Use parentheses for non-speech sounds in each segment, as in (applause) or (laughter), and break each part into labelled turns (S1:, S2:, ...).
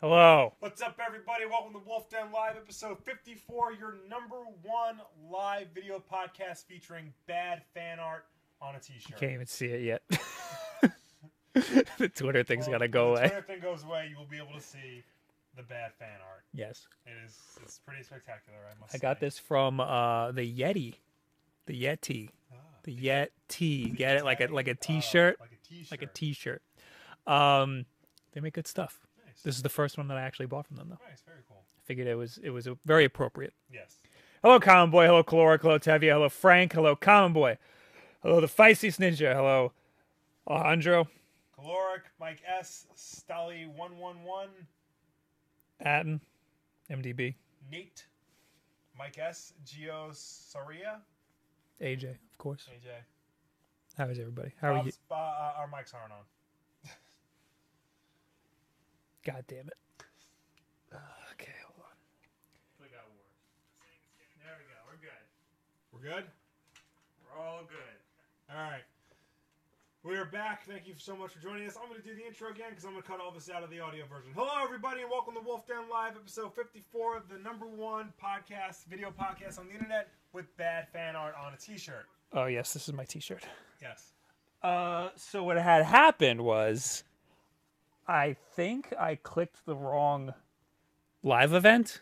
S1: Hello.
S2: What's up, everybody? Welcome to Wolf Den Live, episode 54, your number one live video podcast featuring bad fan art on a t
S1: You
S2: shirt.
S1: can't even see it yet. (laughs) the Twitter thing's got to go away.
S2: When thing goes away, you will be able to see the bad fan art.
S1: Yes.
S2: It is it's pretty spectacular, I must
S1: I got
S2: say.
S1: this from uh, the Yeti. The Yeti.
S2: Ah,
S1: The Yeti. Get it like a like a
S2: oh,
S1: t-shirt,
S2: like a t shirt.
S1: like a t-shirt. Um they make good stuff.
S2: Nice.
S1: This is the first one that I actually bought from them though.
S2: nice, very cool.
S1: I figured it was it was uh, very appropriate.
S2: Yes.
S1: Hello, Common Boy. Hello, Caloric. Hello, Tevia. Hello, Frank. Hello, Common Boy. Hello, the Feisty Ninja. Hello, Alejandro.
S2: Caloric, Mike S, Stolly111,
S1: Atten. MDB.
S2: Nate, Mike S, Geo Soria,
S1: AJ, of course.
S2: AJ.
S1: How is everybody? How are you?
S2: Bob's- uh, uh, our mics aren't on.
S1: God damn it. Okay, hold on.
S3: We got work. There we go. We're good.
S2: We're good?
S3: We're all good.
S2: All right. We are back. Thank you so much for joining us. I'm going to do the intro again because I'm going to cut all this out of the audio version. Hello, everybody, and welcome to Wolf Den Live, episode 54 of the number one podcast, video podcast on the internet with bad fan art on a t shirt.
S1: Oh, yes, this is my t shirt.
S2: Yes.
S1: Uh, so what had happened was I think I clicked the wrong live event.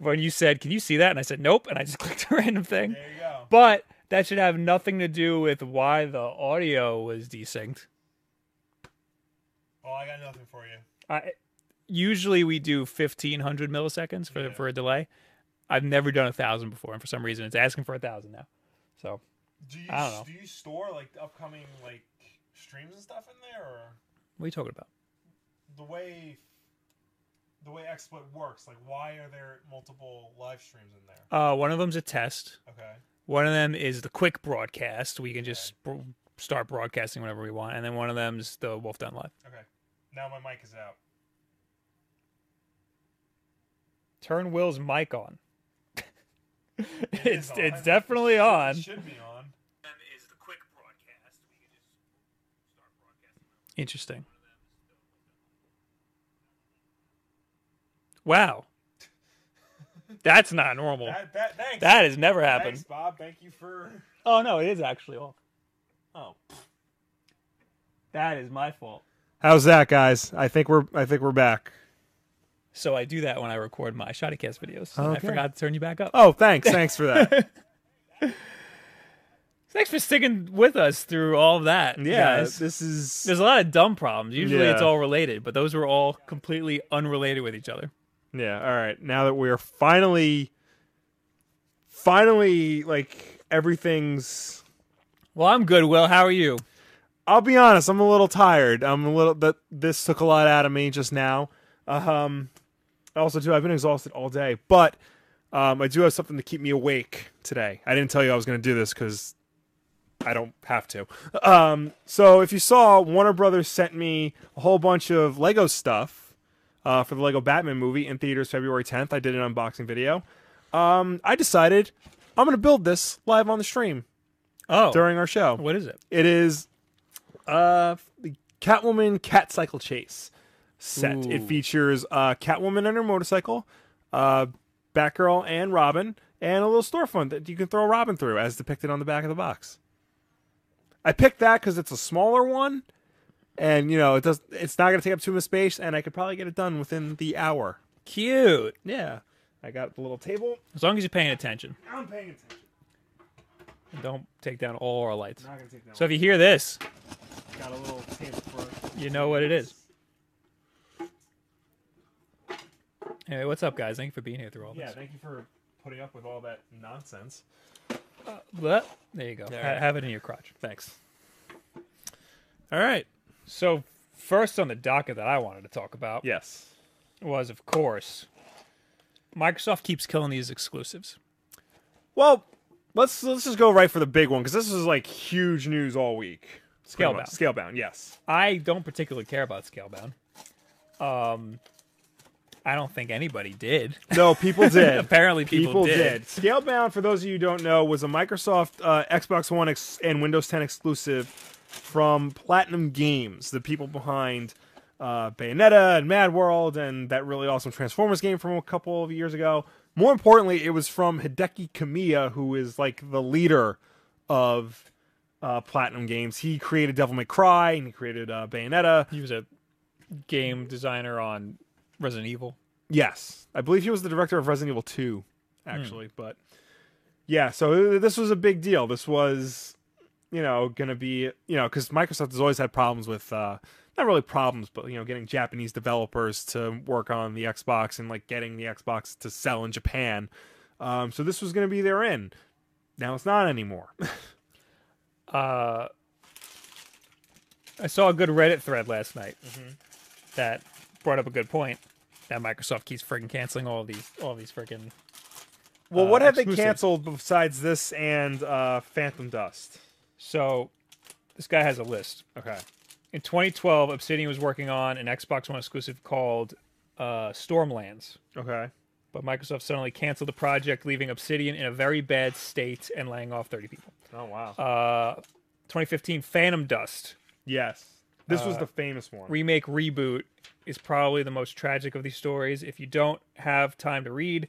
S1: When you said, Can you see that? And I said, Nope. And I just (laughs) clicked a random thing.
S2: There you go.
S1: But that should have nothing to do with why the audio was desynced.
S2: Oh, I got nothing for you.
S1: I, usually we do 1500 milliseconds for,
S2: Yeah.
S1: for a delay. I've never done a thousand before, and for some reason it's asking for a thousand now. So
S2: Do you,
S1: I don't know.
S2: do you store like the upcoming like streams and stuff in there or
S1: what are you talking about?
S2: the way the way XSplit works? Like why are there multiple live streams in there?
S1: Uh, one of them's a test.
S2: Okay.
S1: One of them is the quick broadcast. We can just bro- start broadcasting whenever we want, and then one of them's the Wolf Done Live.
S2: Okay. Now my mic is out.
S1: (laughs) Turn Will's mic on. (laughs)
S2: It
S1: it's
S2: is on.
S1: it's definitely on.
S2: It should be on.
S3: Then is the quick broadcast. We can just start broadcasting.
S1: Interesting.
S3: One of them is the
S1: Wow, (laughs) that's not normal.
S2: That, that, thanks.
S1: That has never
S2: thanks,
S1: happened.
S2: Bob. Thank you for.
S1: Oh no, it is actually off.
S2: Oh.
S1: That is my fault.
S2: How's that, guys? I think we're I think we're back.
S1: So I do that when I record my Shottycast videos. And I
S2: Okay.
S1: forgot to turn you back up.
S2: Oh, thanks, thanks for
S1: (laughs)
S2: that.
S1: Thanks for sticking with us through all of that.
S2: Yeah,
S1: guys.
S2: this is
S1: There's a lot of dumb problems. Usually it's
S2: Yeah.
S1: all related, but those were all completely unrelated with each other.
S2: yeah. All right, now that we're finally, finally, like everything's.
S1: Well, I'm good, Will. How are you?
S2: I'll be honest. I'm a little tired. I'm a little that this took a lot out of me just now. Um, also too, I've been exhausted all day, but um, I do have something to keep me awake today. I didn't tell you I was going to do this because I don't have to. Um, so if you saw, Warner Brothers sent me a whole bunch of Lego stuff uh, for the Lego Batman movie in theaters February 10th. I did an unboxing video. Um, I decided I'm going to build this live on the stream
S1: Oh,
S2: during our show.
S1: what is it?
S2: It is uh the Catwoman Cat Cycle Chase set. It
S1: Ooh.
S2: features uh Catwoman and her motorcycle, uh Batgirl and Robin, and a little storefront that you can throw Robin through as depicted on the back of the box. I picked that cuz it's a smaller one and you know, it does it's not going to take up too much space and I could probably get it done within the hour.
S1: Cute.
S2: Yeah. I got the little table.
S1: As long as you're paying attention,
S2: I'm paying attention.
S1: and don't take down all our lights.
S2: not going to take that.
S1: So if you hear this,
S2: one. got a little table for
S1: you know what it is. Anyway, what's up, guys? Thank you for being here through all
S2: Yeah,
S1: this.
S2: thank you for putting up with all that nonsense.
S1: But there you go.
S2: There.
S1: Ha- Have it in your crotch.
S2: Thanks. All right.
S1: So first on the docket that I wanted to talk about
S2: Yes.
S1: was, of course, Microsoft keeps killing these exclusives.
S2: Well, let's let's just go right for the big one because this is like huge news all week. Pretty much. Scalebound. Yes.
S1: I don't particularly care about Scalebound. Um, I don't think anybody did.
S2: No, (laughs) people did.
S1: Apparently, people, did.
S2: Scalebound, for those of you who don't know, was a Microsoft uh, Xbox One ex- and Windows 10 exclusive from Platinum Games, the people behind uh, Bayonetta and Mad World and that really awesome Transformers game from a couple of years ago. More importantly, it was from Hideki Kamiya, who is like the leader of uh, Platinum Games. He created Devil May Cry and he created uh, Bayonetta.
S1: He was a game designer on Resident Evil.
S2: Yes, I believe he was the director of Resident Evil 2, actually. But yeah, so uh, this was a big deal. This was, you know, going to be, you know, because Microsoft has always had problems with, uh, not really problems, but, you know, getting Japanese developers to work on the Xbox and like getting the Xbox to sell in Japan. Um, so this was going to be their in. Now it's not anymore. (laughs)
S1: Uh, I saw a good Reddit thread last night that brought up a good point. That Microsoft keeps friggin' canceling all these, all these friggin'
S2: well, what
S1: Uh,
S2: have they
S1: exclusive.
S2: canceled besides this and uh, Phantom Dust?
S1: So this guy has a list.
S2: Okay.
S1: In 2012, Obsidian was working on an Xbox One exclusive called uh, Stormlands,
S2: Okay.
S1: but Microsoft suddenly canceled the project, leaving Obsidian in a very bad state and laying off 30 people.
S2: Oh, wow.
S1: Uh, 2015, Phantom Dust
S2: yes. This was the famous one.
S1: remake reboot is probably the most tragic of these stories. If you don't have time to read,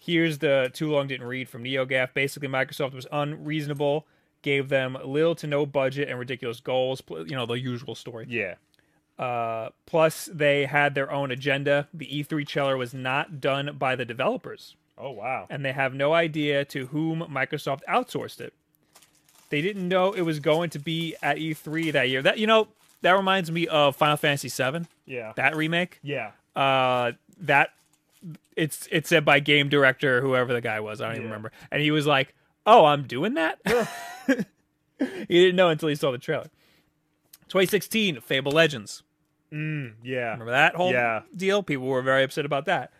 S1: here's the too long didn't read from NeoGAF. Basically, Microsoft was unreasonable, gave them little to no budget and ridiculous goals. pl- You know the usual story.
S2: yeah.
S1: Uh, plus, they had their own agenda. The E3 trailer was not done by the developers
S2: Oh, wow.
S1: and they have no idea to whom Microsoft outsourced it. They didn't know it was going to be at E3 that year. That you know, that reminds me of Final Fantasy VII,
S2: Yeah.
S1: that remake.
S2: yeah.
S1: Uh, that it's it said by game director whoever the guy was. I don't even
S2: Yeah.
S1: remember, and he was like, "Oh, I'm doing that." (laughs) he didn't know until he saw the trailer. 2016, Fable Legends.
S2: Mm, Yeah.
S1: Remember that whole
S2: Yeah.
S1: deal? People were very upset about that.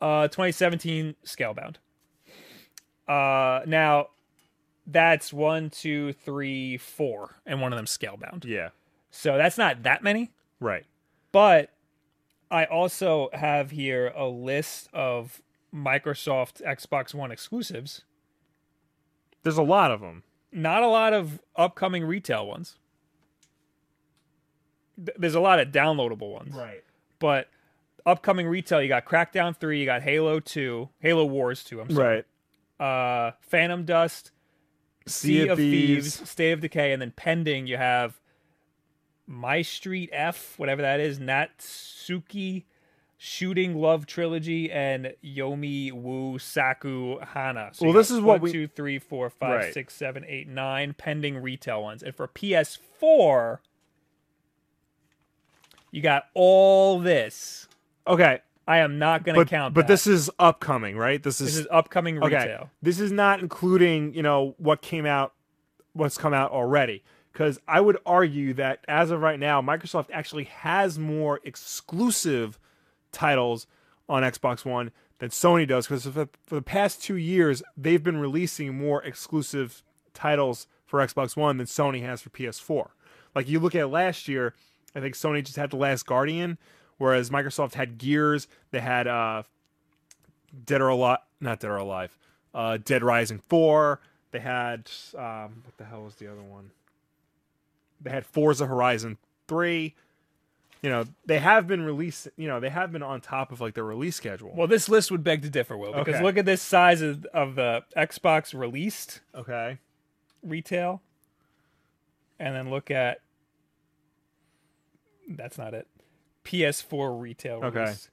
S1: Uh, 2017 Scalebound. Uh, now that's one, two, three, four, and one of them Scalebound.
S2: Yeah.
S1: So that's not that many,
S2: Right.
S1: but I also have here a list of Microsoft Xbox One exclusives.
S2: There's a lot of them.
S1: Not a lot of upcoming retail ones. Th- There's a lot of downloadable ones.
S2: Right.
S1: but upcoming retail you got crackdown 3 you got halo 2 halo wars 2 i'm sorry
S2: Right.
S1: uh phantom dust sea, of thieves. state of decay and then pending you have my street f whatever that is natsuki shooting love trilogy and yomi wu saku hana so you
S2: Well,
S1: got
S2: this is what
S1: one,
S2: we-
S1: two, three, four, five,
S2: Right.
S1: six, seven, eight, nine pending retail ones and for ps4 you got all this
S2: Okay.
S1: I am not going to
S2: But,
S1: count.
S2: but
S1: that.
S2: this is upcoming, right? This is,
S1: this is upcoming
S2: okay.
S1: retail.
S2: This is not including, you know, what came out, what's come out already. Because I would argue that as of right now, Microsoft actually has more exclusive titles on Xbox One than Sony does. Because for, for the past two years, they've been releasing more exclusive titles for Xbox One than Sony has for PS4. Like you look at last year, I think Sony just had The Last Guardian, whereas Microsoft had Gears, they had uh, Dead or Alive, not Dead or Alive, uh, Dead Rising Four. They had um, what the hell was the other one? They had Forza Horizon Three. You know, they have been released. You know, they have been on top of like their release schedule.
S1: Well, this list would beg to differ, Will, because
S2: Okay.
S1: look at this size of, of the Xbox released
S2: okay,
S1: retail, and then look at that's not it. PS4 retail.
S2: Okay.
S1: release.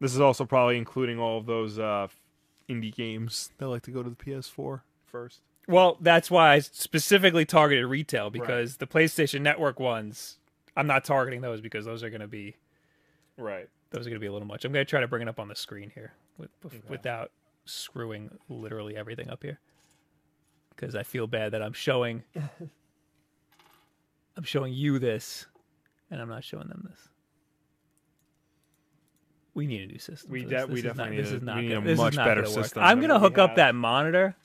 S2: this is also probably including all of those uh, indie games that like to go to the PS4 first.
S1: Well, that's why I specifically targeted retail because the PlayStation Network ones, I'm not targeting those because those are going to be
S2: Right.
S1: those are going to be a little much. I'm going to try to bring it up on the screen here with, without screwing literally everything up here because I feel bad that I'm
S2: (laughs)
S1: showing I'm showing you this and I'm not showing them this. We need a new system.
S2: We
S1: for
S2: de-
S1: this.
S2: we
S1: This is not- this is
S2: definitely need a-
S1: not
S2: we need
S1: gonna-
S2: a
S1: this is
S2: much
S1: not
S2: better
S1: gonna work.
S2: system
S1: I'm
S2: than
S1: going to
S2: what we
S1: hook up
S2: have.
S1: that monitor,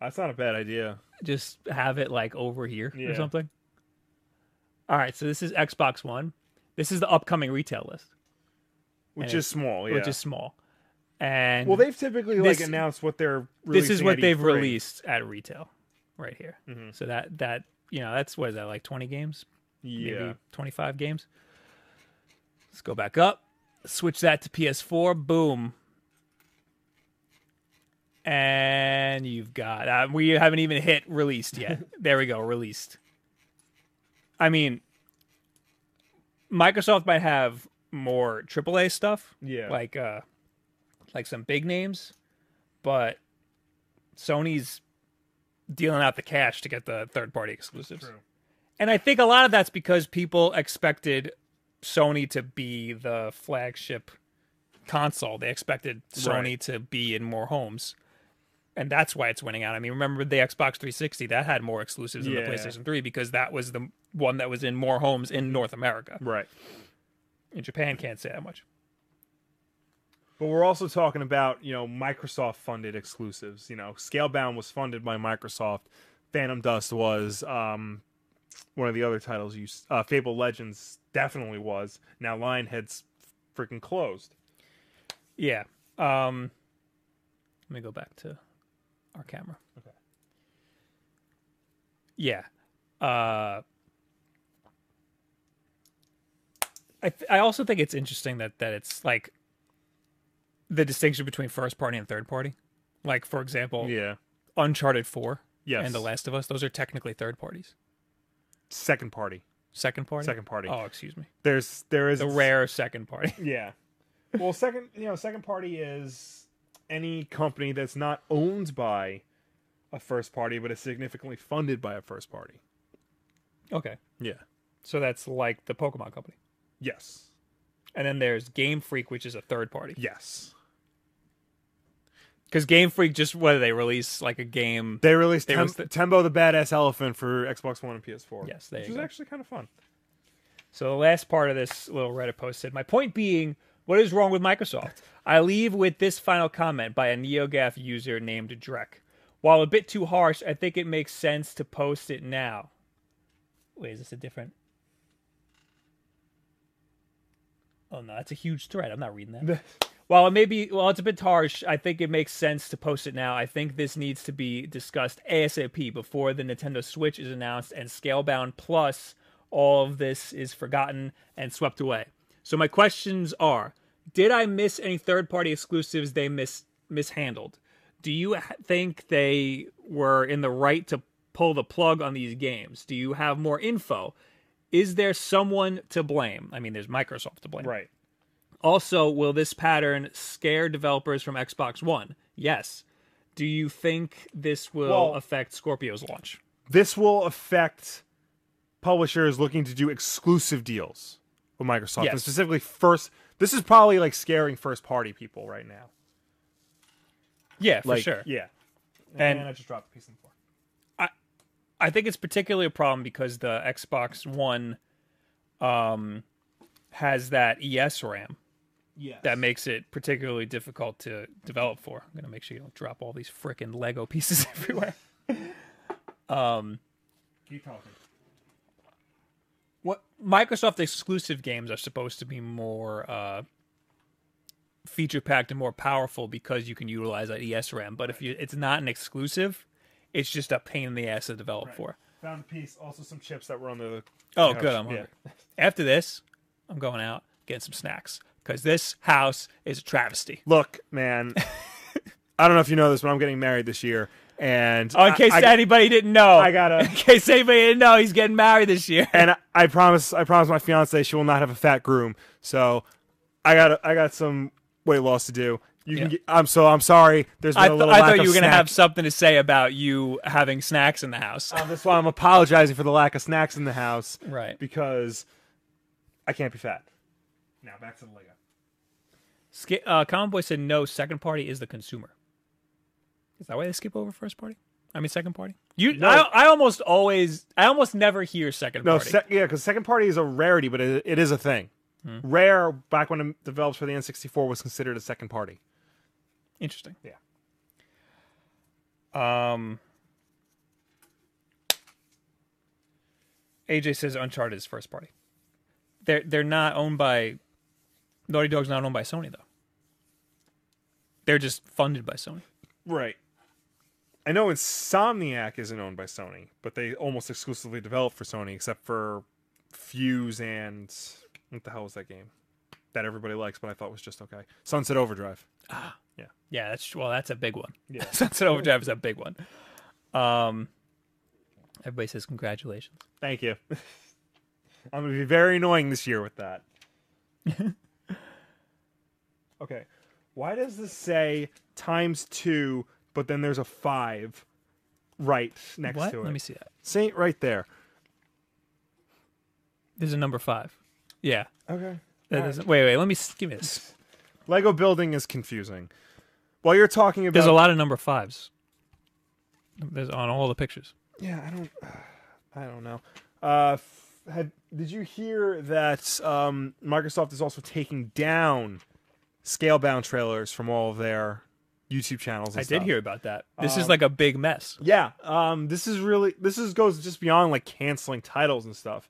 S2: That's not a bad idea.
S1: just have it like over here or
S2: Yeah.
S1: something. All right, so this is Xbox One. This is the upcoming retail list,
S2: Which
S1: And
S2: is small. Yeah.
S1: which is small. And
S2: well, they've typically like
S1: This-
S2: announced what they're.
S1: this is
S2: releasing
S1: what
S2: at E Mm-hmm.
S1: they've
S2: E3.
S1: released at retail right here so that that you know that's what is that like 20 games
S2: Yeah.
S1: maybe 25 games Let's go back up. Switch that to PS4. Boom. And you've got. Uh, we haven't even hit released
S2: (laughs)
S1: yet. there we go. Released. I mean, Microsoft might have more AAA stuff.
S2: Yeah.
S1: Like uh, like some big names, but Sony's dealing out the cash to get the third party exclusives.
S2: True.
S1: And I think a lot of that's because people expected Sony to be the flagship console. They expected Sony
S2: Right.
S1: to be in more homes. And that's why it's winning out. I mean, remember the Xbox 360 that had more exclusives
S2: Yeah.
S1: than the PlayStation 3 because that was the one that was in more homes in North America.
S2: Right.
S1: In Japan, can't say that much.
S2: But we're also talking about, you know, Microsoft funded exclusives. You know, Scalebound was funded by Microsoft. Phantom Dust was um, one of the other titles you s- uh, Fable Legends definitely was. Now Lionhead's freaking closed.
S1: Yeah. Um let me go back to our camera. Okay. Yeah. Uh I th- I also think it's interesting that that it's like the distinction between first party and third party. Like for example,
S2: Yeah.
S1: Uncharted 4
S2: Yes.
S1: and The Last of Us, those are technically third parties.
S2: second party.
S1: Second party?
S2: Second party.
S1: Oh, excuse me.
S2: There's there is
S1: The rare second party. (laughs)
S2: Yeah. Well, second, you know, second party is any company that's not owned by a first party but is significantly funded by a first party.
S1: okay.
S2: Yeah.
S1: So that's like the Pokemon company.
S2: Yes.
S1: And then there's Game Freak, which is a third party.
S2: Yes.
S1: Because Game Freak just whether they release like a game,
S2: They released
S1: They
S2: Tem-
S1: was the-
S2: Tembo the Badass Elephant for Xbox One and PS4.
S1: Yes, there
S2: which
S1: you
S2: is
S1: go.
S2: actually kind of fun.
S1: So the last part of this little Reddit post said, "My point being, what is wrong with Microsoft?" I leave with this final comment by a NeoGaf user named Drek. While a bit too harsh, I think it makes sense to post it now. Wait, is this a different? Oh no, that's a huge thread. I'm not reading that. While it may be, well, it's a bit harsh. I think it makes sense to post it now. I think this needs to be discussed ASAP before the Nintendo Switch is announced and Scalebound Plus. All of this is forgotten and swept away. So my questions are: Did I miss any third-party exclusives they mis- mishandled? Do you h- think they were in the right to pull the plug on these games? Do you have more info? Is there someone to blame? I mean, there's Microsoft to blame.
S2: Right.
S1: Also, will this pattern scare developers from Xbox One? Yes. Do you think this will
S2: Well-
S1: affect Scorpio's launch?
S2: This will affect publishers looking to do exclusive deals with Microsoft, and
S1: Yes.
S2: specifically first. This is probably like scaring first party people right now.
S1: Yeah, for
S2: Like,
S1: sure.
S2: Yeah.
S1: And-
S2: I just dropped a piece on the floor.
S1: I think it's particularly a problem because the Xbox One um, has that ES RAM
S2: Yeah.
S1: that makes it particularly difficult to develop for. I'm gonna make sure you don't drop all these frickin' Lego pieces (laughs) everywhere.
S2: Keep talking.
S1: what Microsoft exclusive games are supposed to be more uh, feature packed and more powerful because you can utilize that ESRAM. But if you, it's not an exclusive, it's just a pain in the ass to develop for.
S2: Found a piece. Also, some chips that were on the.
S1: Oh,
S2: Couch,
S1: good. I'm
S2: yeah.
S1: hungry. After this, I'm going out getting some snacks because this house is a travesty.
S2: (laughs) Look,
S1: (laughs)
S2: man. I don't know if you know this, but I'm getting married this year, and
S1: Oh, in case
S2: I, I-
S1: anybody didn't know,
S2: I
S1: (laughs)
S2: gotta-
S1: In case anybody didn't know, he's getting married this year.
S2: and I, I promise, I promise my fiance she will not have a fat groom. So, I got, I got some weight loss to do. You
S1: Yeah.
S2: can. Get, I'm so, I'm sorry. There's been
S1: I,
S2: a
S1: th-
S2: little.
S1: I
S2: lack
S1: thought you
S2: of
S1: were going to
S2: snack-
S1: have something to say about you having snacks in the house.
S2: Um, that's why I'm apologizing for the lack of snacks in the house.
S1: Right.
S2: Because I can't be fat. Now back to the Lego.
S1: Sk- uh, Common Boy said no. Second party is the consumer. Is that why they skip over first party? I mean, second party. You,
S2: No.
S1: I, I almost always, I almost never hear second
S2: No,
S1: party.
S2: sec- yeah, because second party is a rarity, but it, it is a thing.
S1: Hmm.
S2: Rare back when it developed for the N64 was considered a second party.
S1: Interesting.
S2: Yeah.
S1: Um. AJ says Uncharted is first party. They're they're not owned by Naughty Dog's not owned by Sony though. They're just funded by Sony.
S2: Right. I know Insomniac isn't owned by Sony, but they almost exclusively developed for Sony, except for Fuse and what the hell was that game? that everybody likes, but I thought was just okay. Sunset Overdrive.
S1: Yeah, that's well, that's a big one.
S2: Yeah.
S1: (laughs) Sunset Overdrive is a big one. Um, everybody says congratulations.
S2: Thank you. (laughs) I'm gonna be very annoying this year with
S1: (laughs)
S2: that. okay. Why does this say times two, but then there's a five right next
S1: What?
S2: to it?
S1: Let me see that.
S2: Saint right there.
S1: There's a number five. Yeah.
S2: Okay.
S1: That doesn't, wait, wait. Let me s- give me this.
S2: Lego building is confusing. While you're talking about
S1: There's a lot of number fives. There's on all the pictures.
S2: Yeah, I don't. (sighs) I don't know. Uh, f- had, did you hear that um, Microsoft is also taking down Scalebound trailers from all of their YouTube channels? and
S1: I did
S2: stuff?
S1: hear about that. Um, This is like a big mess.
S2: Yeah, um, this is really this is goes just beyond like canceling titles and stuff.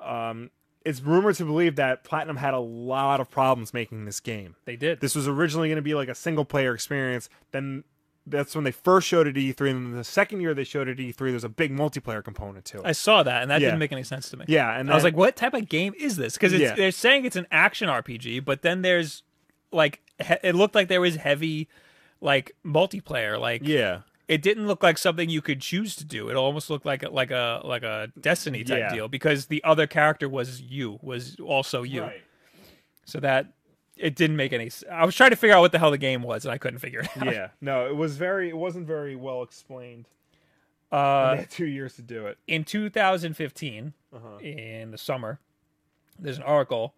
S2: Um, it's rumored to believe that Platinum had a lot of problems making this game.
S1: They did.
S2: This was originally going to be like a single player experience. Then that's when they first showed it at E3, and then the second year they showed it at E3, there's a big multiplayer component to it.
S1: I saw that, and that
S2: Yeah.
S1: didn't make any sense to me.
S2: Yeah, and
S1: I was
S2: then-
S1: like, "What type of game is this?" Because
S2: Yeah.
S1: they're saying it's an action RPG, but then there's like he- it looked like there was heavy like multiplayer. Like
S2: yeah,
S1: it didn't look like something you could choose to do. It almost looked like a, like a like a Destiny type
S2: Yeah.
S1: deal because the other character was you was also you. So that it didn't make any. s- I was trying to figure out what the hell the game was, and I couldn't figure it out.
S2: yeah. No, it was very. It wasn't very well explained.
S1: Uh,
S2: they had two years to do it.
S1: in 2015 in the summer there's an article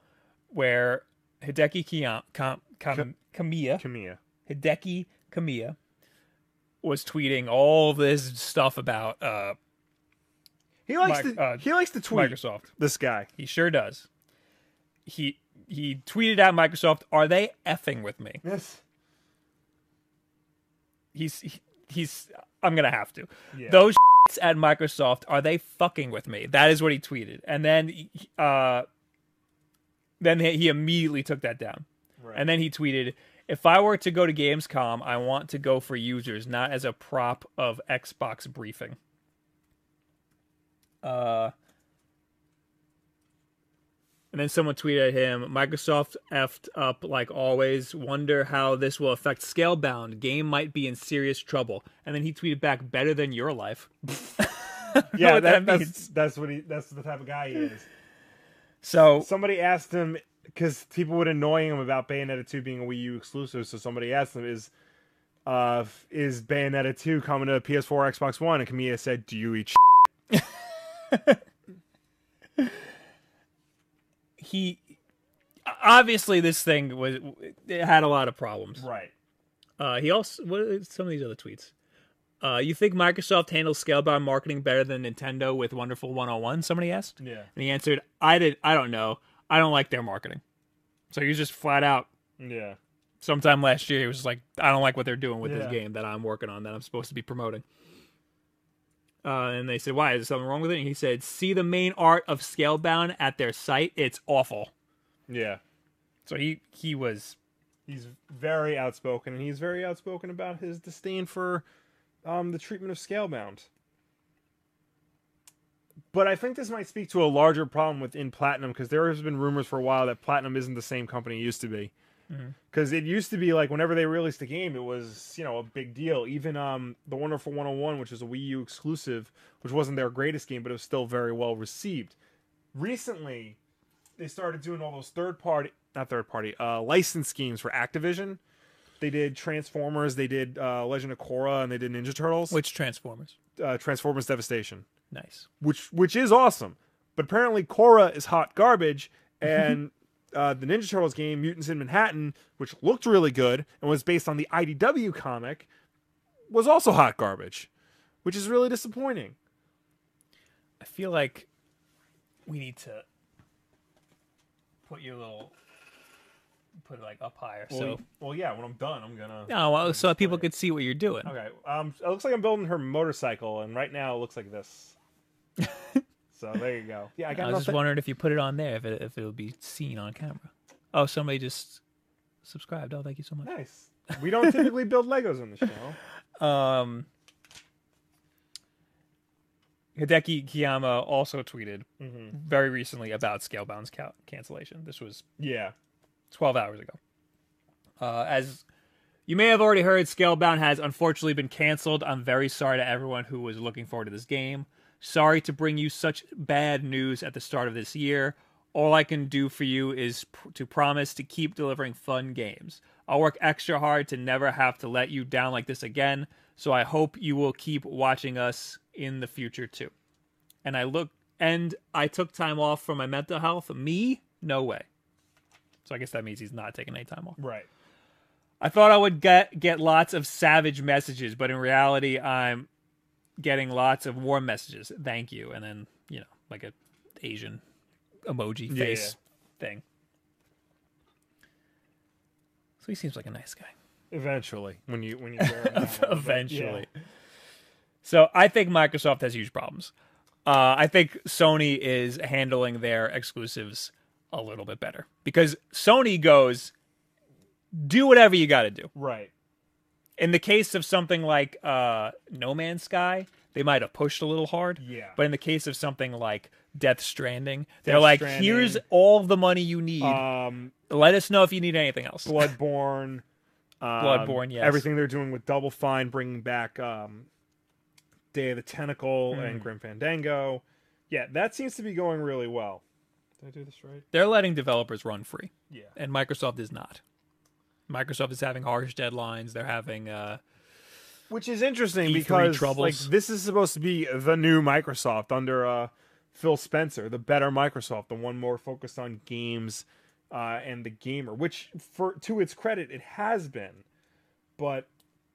S1: where hideki Kiya- Kam- Kam- kamiya
S2: Kamiya.
S1: hideki kamiya was tweeting all this stuff about uh,
S2: He likes
S1: Mic-
S2: to.
S1: uh,
S2: he likes to tweet.
S1: microsoft
S2: This guy.
S1: he sure does he he tweeted at microsoft are they effing with me
S2: Yes.
S1: he's he- he's i'm gonna have to
S2: Yeah.
S1: those (laughs) at microsoft are they fucking with me that is what he tweeted and then he- uh then he he immediately took that down
S2: Right.
S1: and then he tweeted if i were to go to gamescom i want to go for users not as a prop of xbox briefing uh and then someone tweeted at him, Microsoft effed up like always. Wonder how this will affect Scalebound. Game might be in serious trouble. And then he tweeted back, better than your life. (laughs) know
S2: yeah,
S1: what
S2: that,
S1: that
S2: that's
S1: means.
S2: that's what he. That's the type of guy he is.
S1: So,
S2: Somebody asked him because people would annoy him about Bayonetta two being a Wii U exclusive. So somebody asked him, "Is uh f- is Bayonetta two coming to PS4, or Xbox One?" And Kamiya said, "Do you eat?" shit?"
S1: he obviously this thing was it had a lot of problems.
S2: Right.
S1: Uh, he also what are some of these other tweets? Uh, you think Microsoft handles Scalebound marketing better than Nintendo with Wonderful 101? Somebody asked.
S2: Yeah.
S1: And he answered, "I did. I don't know. I don't like their marketing." So he was just flat out
S2: Yeah.
S1: sometime last year he was just like i don't like what they're doing with
S2: Yeah.
S1: this game that i'm working on that i'm supposed to be promoting uh, and they said why is there something wrong with it and he said see the main art of scalebound at their site it's awful
S2: Yeah.
S1: so he he was
S2: he's very outspoken and he's very outspoken about his disdain for um, the treatment of scalebound but i think this might speak to a larger problem within platinum because there has been rumors for a while that platinum isn't the same company it used to be because it used to be like whenever they released a game it was you know a big deal even um, the wonderful 101 which was a wii u exclusive which wasn't their greatest game but it was still very well received recently they started doing all those third party not third party uh license schemes for activision they did transformers they did uh legend of korra and they did ninja turtles
S1: which transformers
S2: uh, transformers devastation
S1: nice
S2: which which is awesome but apparently korra is hot (laughs) garbage and uh the ninja turtles game mutants in manhattan which looked really good and was based on the idw comic was also hot garbage which is really disappointing
S1: i feel like we need to put your little put it like up higher so
S2: well yeah when i'm done i'm gonna
S1: no oh, well, so that people could see what you're doing
S2: Okay. Um, it looks like I'm building her motorcycle, and right now it looks like
S1: (laughs)
S2: this. so there you go. Yeah, I got
S1: I was just
S2: nothing.
S1: wondering if you put it on there, if it if it'll be seen on camera. Oh, somebody just subscribed. Oh, thank you so much.
S2: Nice. We don't typically build Legos on the
S1: (laughs)
S2: show.
S1: Um, Hideki Kiyama Mm-hmm. also tweeted very recently about Scalebound's ca- cancellation. This was
S2: Yeah.
S1: 12 hours ago. Uh, as you may have already heard, Scalebound has unfortunately been canceled. I'm very sorry to everyone who was looking forward to this game. Sorry to bring you such bad news at the start of this year. All I can do for you is pr- to promise to keep delivering fun games. I'll work extra hard to never have to let you down like this again, so I hope you will keep watching us in the future too. And I look and I took time off for my mental health. Me? No way. So I guess that means he's not taking any time off.
S2: Right.
S1: I thought I would get get lots of savage messages, but in reality, I'm getting lots of warm messages. Thank you, and then you know, like a Asian emoji
S2: Yeah,
S1: face thing. So he seems like a nice guy.
S2: Eventually, when
S1: (laughs)
S2: you when you wear it out. But,
S1: Eventually. So I think Microsoft has huge problems. Uh, I think Sony is handling their exclusives a little bit better because Sony goes, do whatever you got to do.
S2: yeah. Right.
S1: in the case of something like uh, No Man's Sky, they might have pushed a little hard.
S2: Yeah.
S1: But in the case of something like Death Stranding, they're
S2: Death
S1: like,
S2: Stranding.
S1: here's all the money you need.
S2: Um,
S1: Let us know if you need anything else.
S2: Bloodborne. Um,
S1: (laughs) Bloodborne, yes.
S2: Everything they're doing with Double Fine, bringing back um, Day of the Tentacle and
S1: Hmm.
S2: Grim Fandango. Yeah, that seems to be going really well. Did I do this right?
S1: They're letting developers run free,
S2: Yeah.
S1: and Microsoft is not. Microsoft is having harsh deadlines. They're having uh,
S2: Which is interesting
S1: E3
S2: because like
S1: E troubles.
S2: this is supposed to be the new Microsoft under uh, Phil Spencer, the better Microsoft, the one more focused on games uh, and the gamer. Which, for to its credit, it has been. But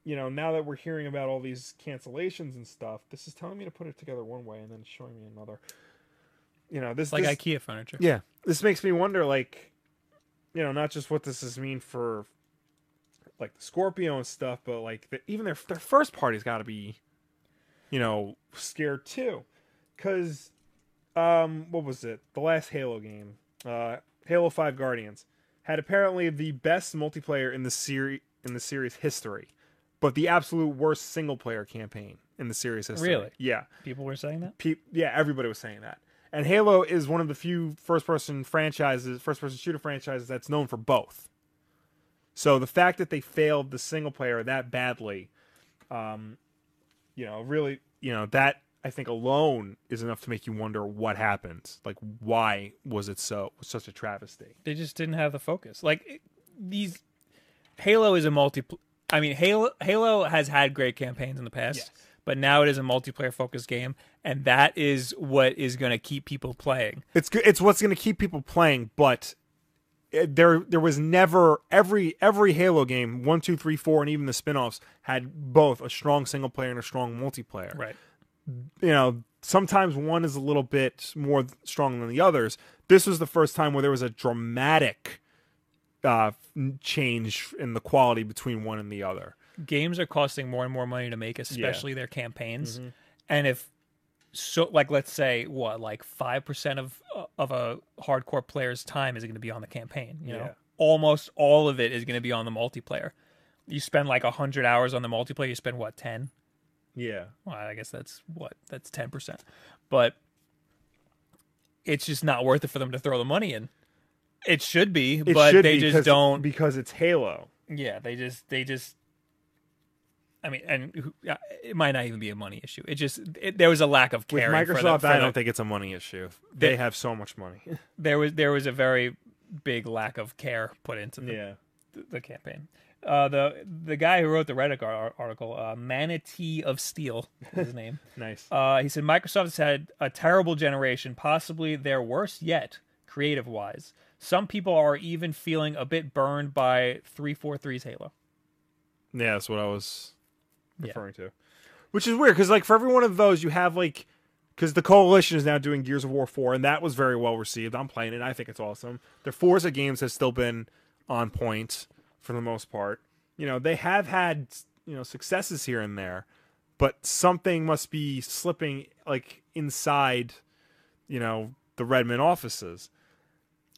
S2: you know, now that we're hearing about all these cancellations and stuff, this is telling me to put it together one way and then showing me another. You know, this
S1: like
S2: this,
S1: IKEA furniture.
S2: yeah this makes me wonder like you know not just what does this mean for like the scorpio and stuff but like the, even their their first party's got to be you know scared too because um what was it the last halo game uh halo 5 guardians had apparently the best multiplayer in the series in the series history but the absolute worst single player campaign in the series history
S1: Really?
S2: yeah
S1: People were saying that.
S2: peop yeah, everybody was saying that. And Halo is one of the few first person franchises, first person shooter franchises that's known for both. So the fact that they failed the single player that badly, um, you know, really, you know, that I think alone is enough to make you wonder what happened. Like, why was it so was such a travesty?
S1: They just didn't have the focus. Like it- these, Halo is a multi. I mean, Halo Halo has had great campaigns in the past,
S2: Yes.
S1: but now it is a multiplayer focused game, and that is what is going to keep people playing.
S2: It's good. It's what's going to keep people playing, but it- there there was never every every Halo game one two three four and even the spin-offs had both a strong single player and a strong multiplayer.
S1: Right.
S2: You know, sometimes one is a little bit more strong than the others. This was the first time where there was a dramatic uh, change in the quality between one and the other.
S1: Games are costing more and more money to make, especially their campaigns,
S2: Mm-hmm.
S1: and if so, like let's say what, like five percent of uh, of a hardcore player's time is going to be on the campaign. You know,
S2: Yeah.
S1: almost all of it is going to be on the multiplayer. You spend like hundred hours on the multiplayer. You spend what ten?
S2: Yeah.
S1: well, I guess that's what that's ten percent, but it's just not worth it for them to throw the money in. It should be,
S2: It
S1: but
S2: should
S1: they
S2: be
S1: just
S2: 'cause-
S1: don't.
S2: because it's Halo.
S1: yeah, they just they just. I mean, and who- uh, it might not even be a money issue. It just it, there was a lack of
S2: With
S1: caring.
S2: Microsoft,
S1: for the, for
S2: I
S1: the-
S2: don't think it's a money issue. They
S1: They-
S2: have so much money.
S1: there was there was a very big lack of care put into the,
S2: (laughs) yeah.
S1: the campaign. Uh, the the guy who wrote the Reddit ar- article, uh, Manatee of Steel, is
S2: (laughs)
S1: his name.
S2: Nice.
S1: Uh, he said Microsoft's had a terrible generation, possibly their worst yet, creative wise. Some people are even feeling a bit burned by 343's Halo.
S2: Yeah, that's what I was
S1: Yeah.
S2: referring to. Which is weird because like for every one of those, you have like because the coalition is now doing Gears of War four, and that was very well received. I'm playing it; I think it's awesome. Their Forza games has still been on point for the most part. You know, they have had you know successes here and there, but something must be slipping like inside, you know, the Redmond offices.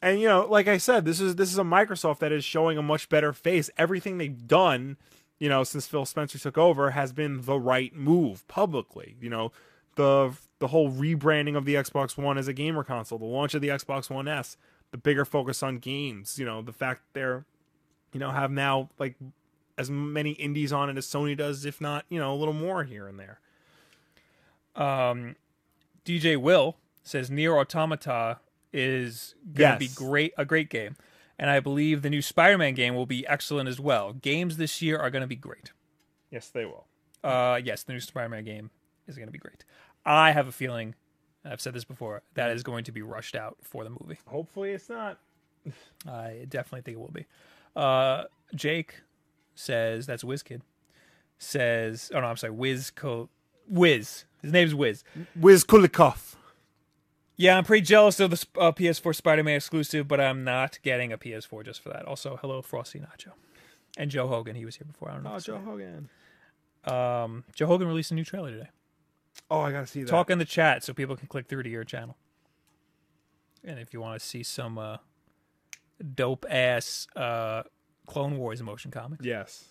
S2: And you know, like I said, this is this is a Microsoft that is showing a much better face. Everything they've done you know, since Phil Spencer took over, has been the right move publicly. You know, the the whole rebranding of the Xbox One as a gamer console, the launch of the Xbox One S, the bigger focus on games. You know, the fact they're, you know, have now like as many indies on it as Sony does, if not, you know, a little more here and there.
S1: Um, DJ Will says Near Automata is going to
S2: Yes.
S1: be great, a great game, and I believe the new Spider-Man game will be excellent as well. Games this year are going to be great.
S2: Yes, they will.
S1: Uh, yes, the new Spider-Man game is going to be great. I have a feeling, and I've said this before, that is going to be rushed out for the movie.
S2: Hopefully, it's not.
S1: I definitely think it will be. Uh, Jake says that's WizKid. Says, oh no, I'm sorry, Wiz Co- Wiz. His name's Wiz.
S2: Wiz Kulikov.
S1: Yeah, I'm pretty jealous of the sp- uh, PS4 Spider-Man exclusive, but I'm not getting a PS4 just for that. Also, hello, Frosty Nacho, and Joe Hogan. He was here before. I don't know.
S2: Oh,
S1: if
S2: Joe Hogan.
S1: it's- Um, Joe Hogan released a new trailer today.
S2: Oh, I gotta see that.
S1: Talk in the chat so people can click through to your channel. And if you want to see some uh, dope ass uh, Clone Wars motion comics.
S2: Yes.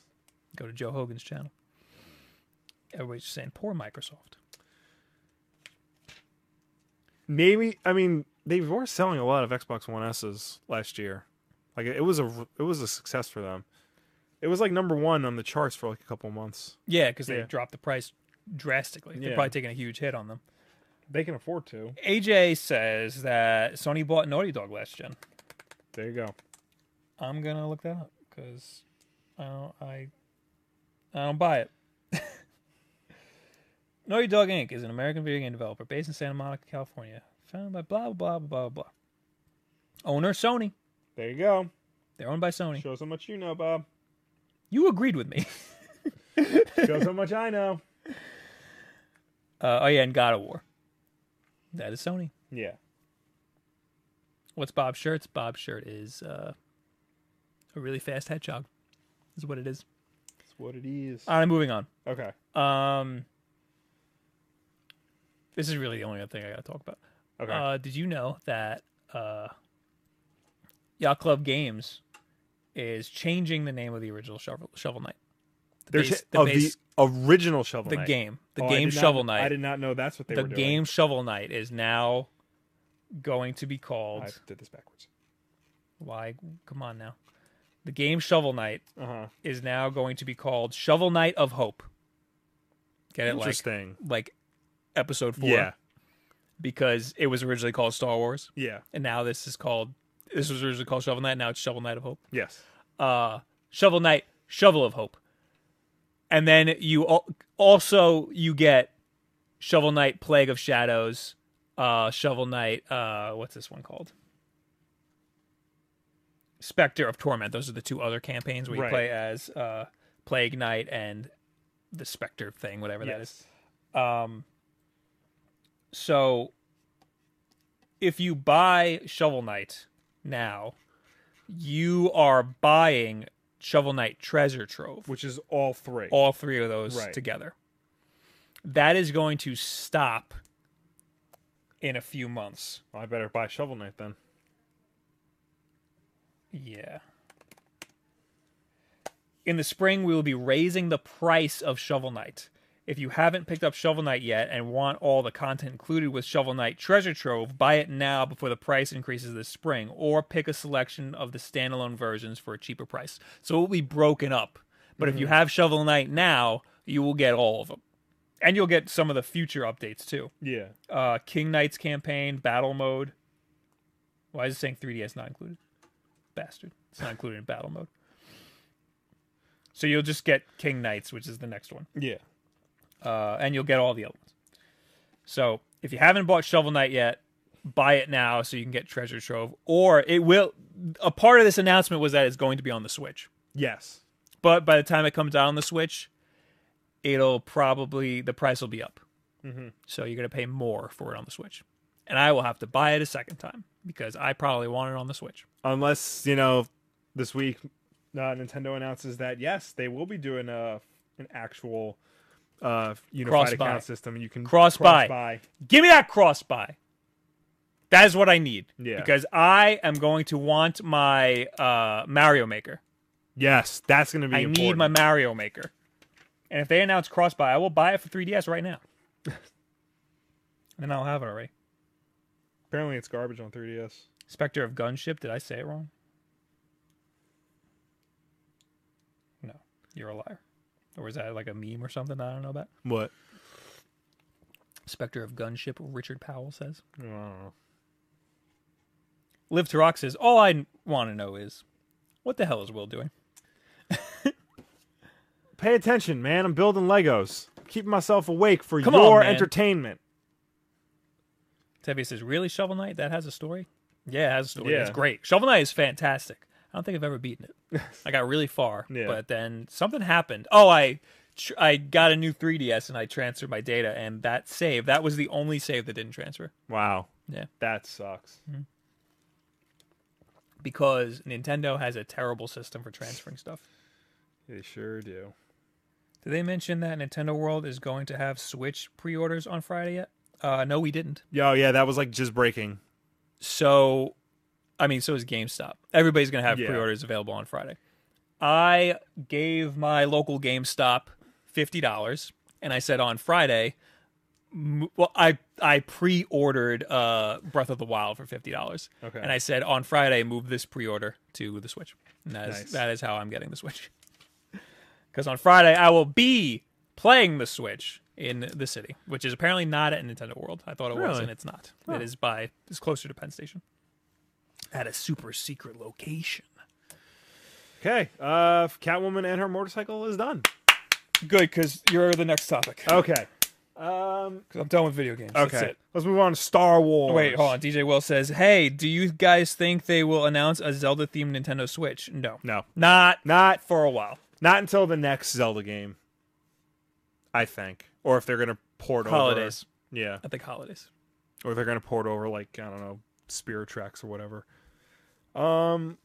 S1: go to Joe Hogan's channel. Everybody's just saying, poor Microsoft.
S2: Maybe I mean they were selling a lot of Xbox One S's last year. Like it was a it was a success for them. It was like number one on the charts for like a couple months.
S1: Yeah, because they
S2: Yeah.
S1: dropped the price drastically. They're
S2: Yeah.
S1: probably taking a huge hit on them.
S2: They can afford to.
S1: AJ says that Sony bought Naughty Dog last gen.
S2: There you go.
S1: I'm gonna look that up because I don't I I don't buy it. (laughs) Naughty Dog Inc. is an American video game developer based in Santa Monica, California. Founded by blah blah blah blah blah blah. Owner Sony.
S2: There you go.
S1: They're owned by Sony.
S2: Shows how much you know, Bob.
S1: You agreed with me. (laughs)
S2: Shows how much I know.
S1: Uh, oh yeah, and God of War. That is Sony.
S2: (laughs) Yeah.
S1: What's Bob Shirt's? Bob Shirt is uh, a really fast hedgehog, is what it is.
S2: That's what it is.
S1: All right, moving on.
S2: Okay.
S1: Um, this is really the only other thing I got to talk about.
S2: Okay.
S1: Uh, did you know that uh, Yacht Club Games is changing the name of the original Shovel, Shovel Knight? The
S2: There's
S1: base-
S2: of
S1: base-
S2: oh, the original Shovel
S1: the
S2: Knight.
S1: game, the
S2: Oh, I
S1: game
S2: did not-
S1: Shovel
S2: I
S1: Knight,
S2: did not know that's what they
S1: the
S2: were doing.
S1: game Shovel Knight is now going to be
S2: I
S1: called.
S2: did this backwards.
S1: Why? Come on now. The game Shovel Knight
S2: Uh huh.
S1: is now going to be called Shovel Knight of Hope. Get it? Like,
S2: Interesting.
S1: like episode four.
S2: yeah.
S1: Because it was originally called Star Wars,
S2: Yeah.
S1: and now this is called. This was originally called Shovel Knight. Now it's Shovel Knight of Hope.
S2: Yes.
S1: Uh, Shovel Knight, Shovel of Hope, and then you al- also you get Shovel Knight, Plague of Shadows, uh, Shovel Knight. Uh, what's this one called? Spectre of Torment. Those are the two other campaigns where you
S2: Right.
S1: play as uh, Plague Knight and the Spectre thing, whatever that is.
S2: Yes.
S1: Um, so if you buy Shovel Knight now, you are buying Shovel Knight Treasure Trove,
S2: Which is all three.
S1: all three of those
S2: Right.
S1: together. That is going to stop in a few months.
S2: I better buy Shovel Knight then.
S1: Yeah. In the spring, we will be raising the price of Shovel Knight. If you haven't picked up Shovel Knight yet and want all the content included with Shovel Knight Treasure Trove, buy it now before the price increases this spring, or pick a selection of the standalone versions for a cheaper price. So it will be broken up. But if you have Shovel Knight now, you will get all of them. And you'll get some of the future updates too.
S2: Yeah.
S1: Uh, King Knight's campaign, battle mode. Why is it saying 3DS not included? Bastard. It's not included in battle mode. So you'll just get King Knights, which is the next one.
S2: Yeah.
S1: Uh, and you'll get all the other ones. So if you haven't bought Shovel Knight yet, buy it now so you can get Treasure Trove. Or it will. A part of this announcement was that it's going to be on the Switch.
S2: Yes.
S1: But by the time it comes out on the Switch, it'll probably. The price will be up.
S2: Mhm.
S1: So you're going to pay more for it on the Switch. And I will have to buy it a second time because I probably want it on the Switch.
S2: Unless you know, this week, uh, Nintendo announces that yes, they will be doing a an actual uh unified
S1: Cross-buy.
S2: account system. You can
S1: Cross-buy.
S2: buy.
S1: Give me that cross buy. That is what I need.
S2: Yeah.
S1: Because I am going to want my uh, Mario Maker.
S2: Yes, that's going to be.
S1: I need
S2: important.
S1: my Mario Maker. And if they announce cross buy, I will buy it for 3DS right
S2: (laughs)
S1: now. and I'll have it already.
S2: Apparently, it's garbage on 3ds.
S1: Spectre of Gunship. Did I say it wrong? No, you're a liar. Or is that like a meme or something that I don't know about?
S2: What?
S1: Spectre of Gunship, Richard Powell says.
S2: I don't know.
S1: Liv Turok says, All I want to know is, what the hell is Will doing?
S2: Pay attention, man. I'm building Legos. Keeping myself awake for
S1: Come on,
S2: your
S1: man.
S2: entertainment.
S1: Tevye says, Really, Shovel Knight? That has a story? Yeah, it has a story. It's
S2: Yeah.
S1: great. Shovel Knight is fantastic. I don't think I've ever beaten
S2: (laughs)
S1: it. I got really far,
S2: Yeah.
S1: but then something happened. Oh, I tr- I got a new 3DS and I transferred my data, and that save, that was the only save that didn't transfer.
S2: Wow.
S1: Yeah. Mm-hmm.
S2: That sucks.
S1: Because Nintendo has a terrible system for transferring stuff.
S2: They sure do.
S1: Did they mention that Nintendo World is going to have Switch pre orders on Friday yet? Uh, no, we didn't.
S2: Yo, yeah, that was like just breaking.
S1: So, I mean, so is GameStop. Everybody's going to have
S2: Yeah.
S1: pre-orders available on Friday. I gave my local GameStop fifty dollars, and I said on Friday, m- well, I I pre-ordered uh, Breath of the Wild for fifty dollars,
S2: Okay.
S1: and I said on Friday move this pre-order to the Switch. And that is
S2: Nice.
S1: that is how I'm getting the Switch. Because on Friday I will be playing the Switch in the city, which is apparently not at Nintendo World. I thought it was,
S2: Really?
S1: and it's not. It is by it's closer to Penn Station. At a super secret location.
S2: Okay. Uh Catwoman and her motorcycle is done.
S1: Good, because you're the next topic.
S2: Okay. Um
S1: I'm done with video games. That's
S2: Okay.
S1: it.
S2: Let's move on to Star Wars.
S1: Wait, hold on. DJ Will says, "Hey, do you guys think they will announce a Zelda-themed Nintendo Switch?" No,
S2: No.
S1: not
S2: Not
S1: for a while.
S2: not until the next Zelda game. I think. Or if they're gonna port
S1: Holidays.
S2: over. Yeah.
S1: I think holidays.
S2: or they're gonna port over like I don't know Spirit Tracks or whatever. Um,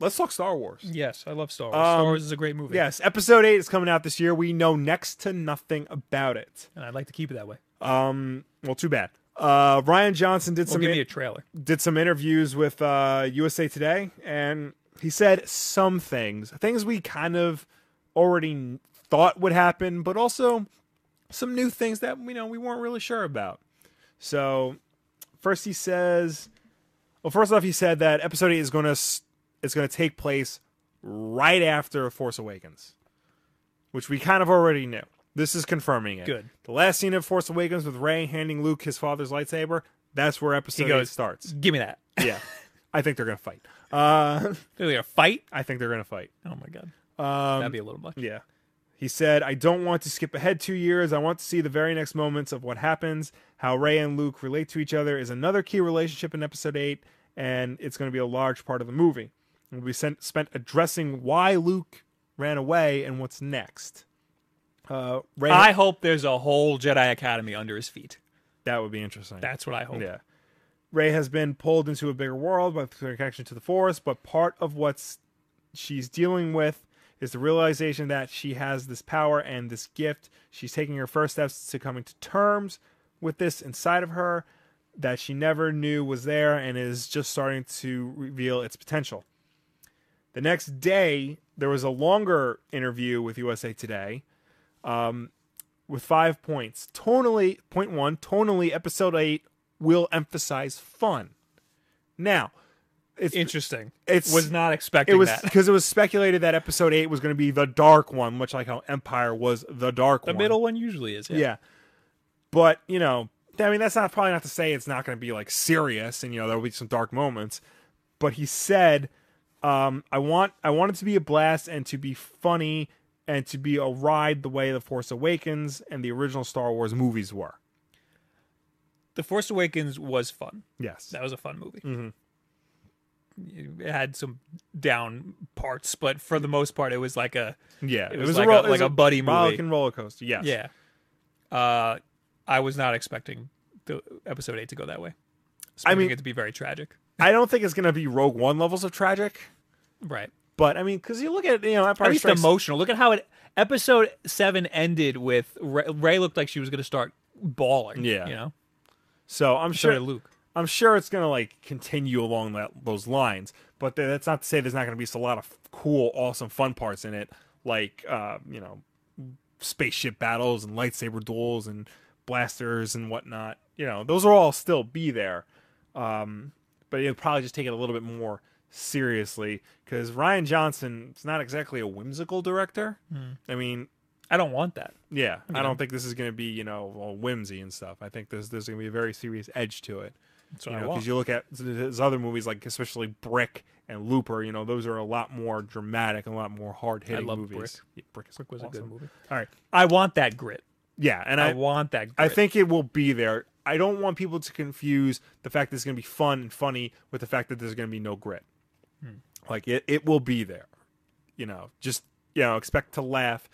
S2: let's talk Star Wars.
S1: Yes, I love Star Wars.
S2: Um,
S1: Star Wars is a great movie.
S2: Yes, Episode Eight is coming out this year. We know next to nothing about it.
S1: and I'd like to keep it that way.
S2: Um, well, too bad. Uh, Ryan Johnson did
S1: So
S2: some
S1: give me
S2: in-
S1: a trailer.
S2: did some interviews with uh, USA Today, and he said some things, things we kind of already kn- thought would happen, but also some new things that you know we weren't really sure about. So first he says, well, first off, he said that episode eight is going to it's going to take place right after Force Awakens, which we kind of already knew. This is confirming it.
S1: Good.
S2: The last scene of Force Awakens with Ray handing Luke his father's lightsaber. That's where episode
S1: He goes-
S2: eight starts.
S1: Give me (laughs) that.
S2: Yeah, I think they're gonna fight. Uh,
S1: They're gonna fight.
S2: I think they're gonna fight.
S1: Oh my god,
S2: Um,
S1: that'd be a little much.
S2: yeah. He said, I don't want to skip ahead two years. I want to see the very next moments of what happens. How Ray and Luke relate to each other is another key relationship in episode eight, and it's going to be a large part of the movie. And we sent, spent addressing why Luke ran away and what's next. Uh, Ray,
S1: I hope there's a whole Jedi Academy under his feet.
S2: that would be interesting.
S1: That's what I hope.
S2: Yeah. Ray has been pulled into a bigger world by her connection to the Force, but part of what's she's dealing with is the realization that she has this power and this gift. She's taking her first steps to coming to terms with this inside of her that she never knew was there and is just starting to reveal its potential. The next day, there was a longer interview with USA Today with five points. Tonally, point one, tonally, episode eight will emphasize fun. Now, it's
S1: Interesting.
S2: It's-
S1: was not expecting
S2: it was (laughs)
S1: that.
S2: because it was speculated that episode eight was going to be the dark one, much like how Empire was the dark
S1: The
S2: one.
S1: middle one usually is.
S2: yeah. But you know, I mean, that's not probably not to say it's not going to be like serious, and you know, there will be some dark moments. But he said, um, "I want, I want it to be a blast and to be funny and to be a ride the way the Force Awakens and the original Star Wars movies were."
S1: The Force Awakens was fun.
S2: Yes.
S1: That was a fun movie.
S2: Mm-hmm.
S1: It had some down parts, but for the most part, it was like a
S2: Yeah,
S1: It was like a-
S2: it was
S1: like a buddy movie.
S2: Rollick and roller coaster. Yes.
S1: yeah. Uh, I was not expecting the episode eight to go that way.
S2: I
S1: Expecting
S2: mean-
S1: it to be very tragic,
S2: I don't think it's gonna be Rogue One levels of tragic,
S1: right?
S2: but I mean, because you look at you know Empire
S1: At least
S2: Strikes.
S1: emotional. Look at how it episode seven ended with Ray, Ray looked like she was going to start bawling.
S2: Yeah.
S1: you know,
S2: so I'm
S1: so
S2: sure
S1: did Luke.
S2: I'm sure it's gonna like continue along that those lines, but th- that's not to say there's not gonna be a lot of cool, awesome, fun parts in it, like uh, you know, spaceship battles and lightsaber duels and blasters and whatnot. You know, those will all still be there. Um, but he'll probably just take it a little bit more seriously because Ryan Johnson is not exactly a whimsical director. I mean,
S1: I don't want that.
S2: yeah, I don't think this is going to be you know all whimsy and stuff. I think there's there's going to be a very serious edge to it.
S1: That's what
S2: You
S1: I
S2: know,
S1: want.
S2: because you look at s- his other movies like especially Brick and Looper. You know, those are a lot more dramatic and a lot more hard hitting
S1: love
S2: movies.
S1: Brick.
S2: Yeah, Brick, is
S1: Brick was a
S2: awesome.
S1: good movie.
S2: All right,
S1: I want that grit.
S2: yeah, and
S1: I,
S2: I
S1: want that grit.
S2: I think it will be there. I don't want people to confuse the fact that it's going to be fun and funny with the fact that there's going to be no grit.
S1: Hmm.
S2: Like it, it will be there. You know, just you know, expect to laugh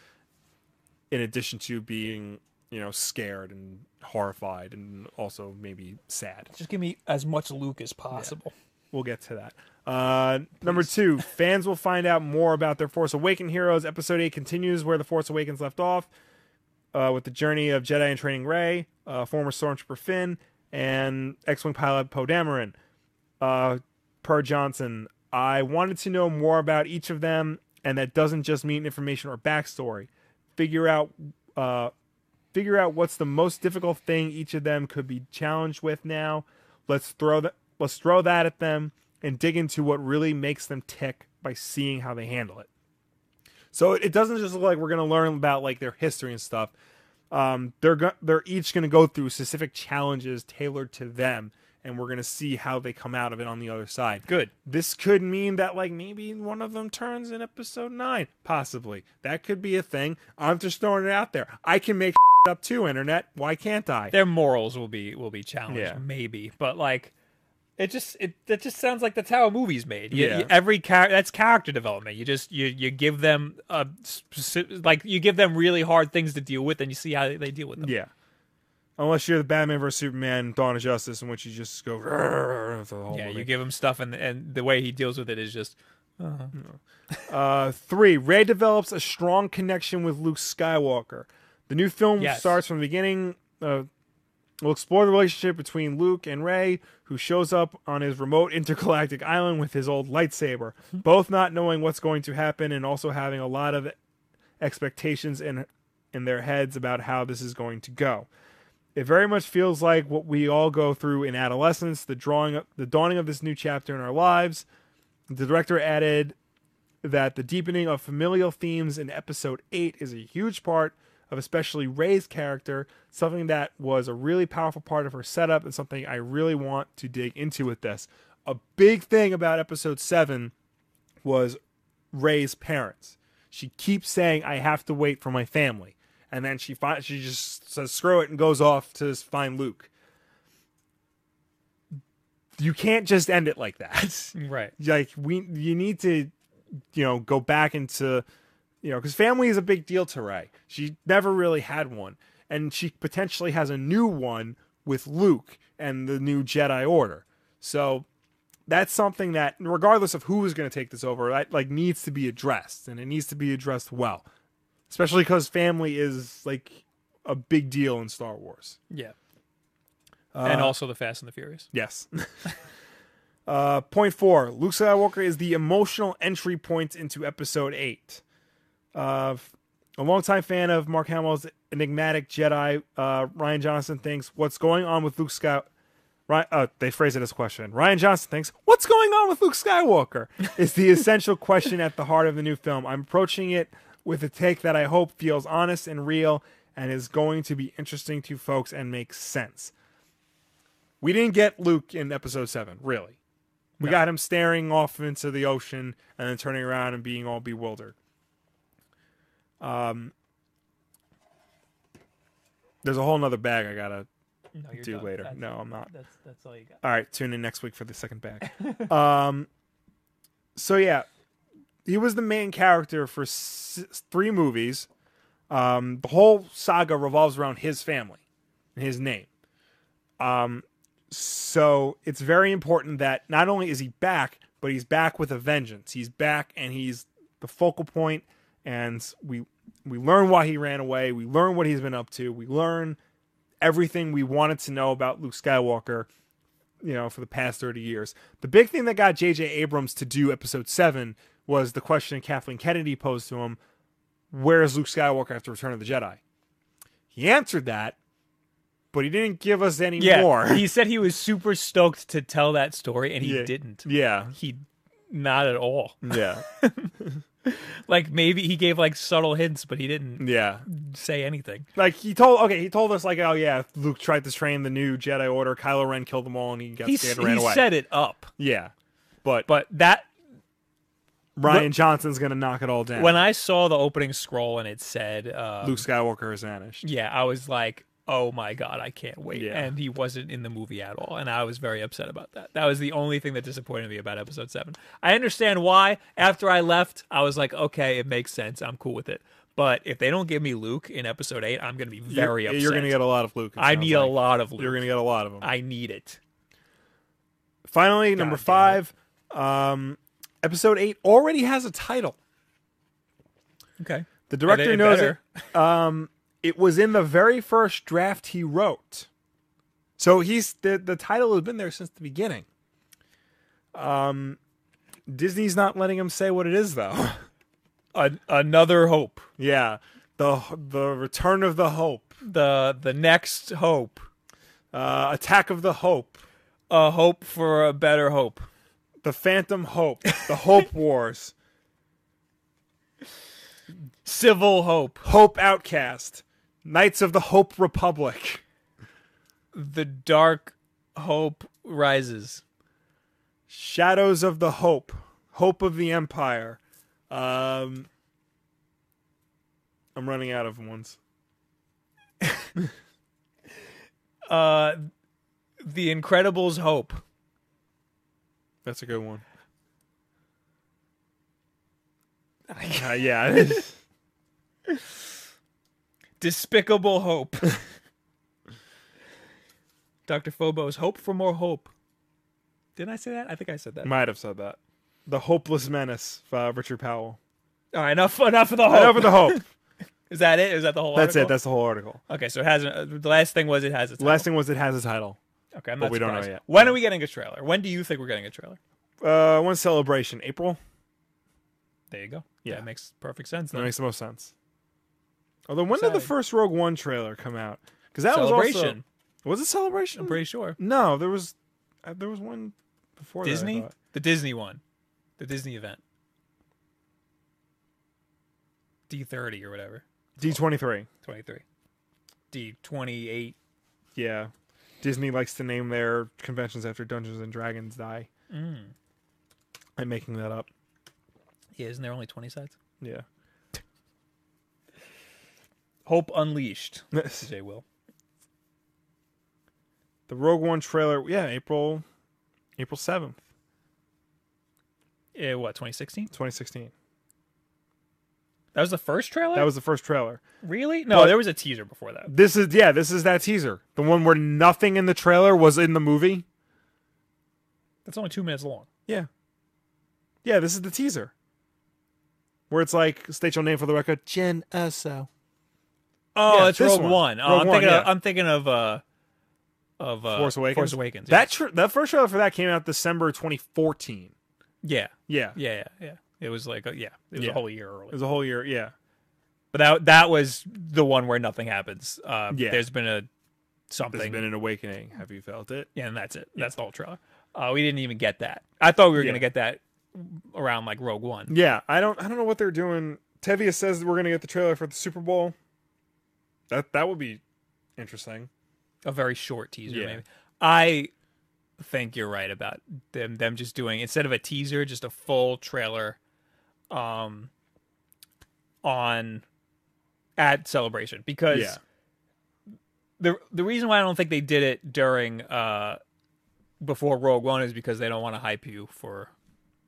S2: in addition to being you know scared and horrified and also maybe sad.
S1: just give me as much Luke as possible.
S2: We'll get to that. Uh, number two, fans will find out more about their Force Awakened heroes. Episode eight continues where the Force Awakens left off, uh, with the journey of Jedi and training Rey, uh, former Stormtrooper Finn, and X-wing pilot Poe Dameron. Uh, per Johnson, I wanted to know more about each of them, and that doesn't just mean information or backstory. Figure out, uh, figure out what's the most difficult thing each of them could be challenged with now. Let's throw that let's throw that at them and dig into what really makes them tick by seeing how they handle it. So it it doesn't just look like we're going to learn about like their history and stuff. Um, they're go- they're each going to go through specific challenges tailored to them, and we're going to see how they come out of it on the other side.
S1: Good.
S2: This could mean that like maybe one of them turns in episode nine, possibly. That could be a thing. I'm just throwing it out there. I can make (laughs) up too, internet. Why can't I?
S1: Their morals will be will be challenged,
S2: Yeah.
S1: maybe. But like, it just it that just sounds like that's how a movie's made. You-
S2: Yeah.
S1: you- every character that's character development. You just you you give them a specific, like you give them really hard things to deal with, and you see how they deal with them.
S2: Yeah. Unless you're the Batman versus Superman Dawn of Justice, in which you just go (laughs) "Rrrr" for the whole
S1: Yeah,
S2: movie.
S1: you give him stuff, and and the way he deals with it is just
S2: Uh, three, Ray develops a strong connection with Luke Skywalker. The new film
S1: Yes.
S2: starts from the beginning. Uh, we'll explore the relationship between Luke and Ray, who shows up on his remote intergalactic (laughs) island with his old lightsaber, both not knowing what's going to happen and also having a lot of expectations in in their heads about how this is going to go. It very much feels like what we all go through in adolescence, the drawing up, the dawning of this new chapter in our lives. The director added that the deepening of familial themes in episode 8 is a huge part of especially Ray's character, something that was a really powerful part of her setup and something I really want to dig into with this. A big thing about episode 7 was Ray's parents. She keeps saying, "I have to wait for my family," and then she fi- she just says, "Screw it," and goes off to s- find Luke. You can't just end it like that. (laughs)
S1: right.
S2: like we, you need to, you know, go back into, you know, because family is a big deal to Ray. She never really had one, and she potentially has a new one with Luke and the new Jedi Order. So that's something that regardless of who is going to take this over that like needs to be addressed and it needs to be addressed well especially because family is like a big deal in star wars
S1: Yeah.
S2: Uh,
S1: and also the Fast and the Furious.
S2: yes (laughs) uh point four luke skywalker is the emotional entry point into episode eight uh a longtime fan of mark hamill's enigmatic jedi uh ryan johnson thinks what's going on with luke Sky." Ryan, uh, they phrase it as a question. Ryan Johnson thinks, "What's going on with Luke Skywalker?" is the essential question at the heart of the new film. I'm approaching it with a take that I hope feels honest and real, and is going to be interesting to folks and makes sense. We didn't get Luke in Episode Seven, really. We got him staring off into the ocean and then turning around and being all bewildered. Um, there's a whole nother bag I gotta
S1: No, you're
S2: do
S1: done.
S2: later.
S1: That's-
S2: no, I'm not.
S1: that's that's all you got.
S2: All right, tune in next week for the second bag. um,
S1: (laughs)
S2: so yeah, he was the main character for s- three movies. Um, the whole saga revolves around his family and his name. Um, so it's very important that not only is he back, but he's back with a vengeance. He's back and he's the focal point, and we we learn why he ran away. We learn what he's been up to. We learn everything we wanted to know about Luke Skywalker you know, for the past 30 years. The big thing that got J.J. Abrams to do episode 7 was the question Kathleen Kennedy posed to him where is Luke Skywalker after Return of the Jedi? He answered that but he didn't give us any
S1: Yeah,
S2: (laughs)
S1: (laughs)
S2: more.
S1: he said he was super stoked to tell that story, and he
S2: Yeah.
S1: didn't.
S2: yeah,
S1: He not at all.
S2: yeah,
S1: Like maybe he gave like subtle hints, but he didn't
S2: yeah.
S1: say anything.
S2: Like he told, okay, he told us like, oh yeah, Luke tried to train the new Jedi Order. Kylo Ren killed them all, and he got
S1: He, s-
S2: scared and ran
S1: he
S2: away.
S1: set it up,
S2: yeah, but,
S1: but that
S2: Ryan Johnson's gonna knock it all down.
S1: when I saw the opening scroll and it said uh,
S2: Luke Skywalker is vanished.
S1: yeah, I was like, oh my god, I can't wait.
S2: Yeah.
S1: And he wasn't in the movie at all, and I was very upset about that. That was the only thing that disappointed me about Episode Seven. I understand why. After I left, I was like, okay, it makes sense. I'm cool with it. But if they don't give me Luke in Episode Eight, I'm gonna be very
S2: you're,
S1: upset.
S2: You're gonna get a lot of Luke. it
S1: I
S2: sounds
S1: need a
S2: like.
S1: lot of Luke.
S2: You're gonna get a lot of them.
S1: I need it.
S2: Finally, number
S1: damn it.
S2: five, um, episode eight already has a title.
S1: Okay.
S2: The director
S1: it
S2: knows
S1: better.
S2: it. Um, it was in the very first draft he wrote, so he's the the title has been there since the beginning. Um, Disney's not letting him say what it is though. (laughs)
S1: An- another hope.
S2: yeah, the the Return of the Hope,
S1: The the next hope.
S2: uh, Attack of the Hope,
S1: A hope for a better hope.
S2: the Phantom Hope, the
S1: (laughs)
S2: Hope Wars,
S1: Civil hope.
S2: Hope Outcast, Knights of the Hope Republic.
S1: The dark hope rises.
S2: Shadows of the Hope, Hope of the Empire. Um, I'm running out of ones.
S1: Uh The Incredibles hope.
S2: That's a good one. Uh, yeah, (laughs)
S1: Despicable
S2: (laughs)
S1: hope. Dr. Phobos hope for more hope. Didn't I say that? I think I said that.
S2: might have said that. The Hopeless Menace, uh, Richard Powell.
S1: All right, enough enough of the hope.
S2: Enough of the hope.
S1: Is that it? Is that the whole
S2: (laughs) That's it.
S1: article?
S2: That's the whole article.
S1: Okay, so it has a, the last thing was it has its
S2: Last thing was it has a title.
S1: Okay, I'm
S2: But
S1: not
S2: we don't know
S1: surprised.
S2: yet.
S1: When are we getting a trailer? When do you think we're getting a trailer?
S2: Uh, one celebration, April.
S1: There you go.
S2: Yeah.
S1: that makes perfect sense.
S2: That
S1: Then.
S2: makes the most sense. Although, when did the
S1: Exciting.
S2: first Rogue One trailer come out? Because that was also
S1: Celebration.
S2: was it celebration?
S1: I'm pretty sure
S2: No, there was uh, there was one before that, I
S1: Disney,
S2: thought.
S1: the Disney one, the Disney event, D thirty or whatever,
S2: D twenty three.
S1: twenty three, D twenty eight.
S2: Yeah, Disney likes to name their conventions after Dungeons and Dragons die. I'm making that up.
S1: Yeah, isn't there only twenty sides?
S2: Yeah. (laughs)
S1: Hope Unleashed. J will.
S2: The Rogue One trailer, yeah, April, April seventh,
S1: Yeah, Eh, what twenty sixteen?
S2: twenty sixteen.
S1: That was the first trailer.
S2: That was the first trailer.
S1: really no.
S2: But-
S1: there was a teaser before that.
S2: This is yeah, this is that teaser, the one where nothing in the trailer was in the movie.
S1: That's only two minutes long.
S2: Yeah, yeah, this is the teaser, where it's like state your name for the record, Jen Erso.
S1: Oh,
S2: Yeah,
S1: that's
S2: this
S1: Rogue
S2: one.
S1: One. Oh,
S2: Rogue
S1: I'm
S2: One,
S1: thinking.
S2: yeah.
S1: Of, I'm thinking of uh, of uh,
S2: Force Awakens.
S1: Force Awakens.
S2: That tr- that first trailer for that came out December 2014.
S1: yeah.
S2: Yeah,
S1: yeah, yeah, yeah. It was like, a, yeah, it was
S2: Yeah.
S1: a whole year
S2: it
S1: early.
S2: was a whole year. Yeah,
S1: But that that was the one where nothing happens. Uh,
S2: Yeah.
S1: there's been a
S2: there's
S1: something,
S2: been an awakening. Have you felt it?
S1: yeah, and that's it. That's the whole trailer. Uh, we didn't even get that. I thought we were
S2: Yeah.
S1: gonna get that around like Rogue One.
S2: Yeah, I don't I don't know what they're doing. Tevia says that we're gonna get the trailer for the Super Bowl. That that would be interesting.
S1: a very short teaser
S2: Yeah.
S1: maybe i think you're right about them them just doing instead of a teaser just a full trailer um on at celebration because
S2: Yeah.
S1: the the reason why i don't think they did it during uh before rogue one is because they don't want to hype you for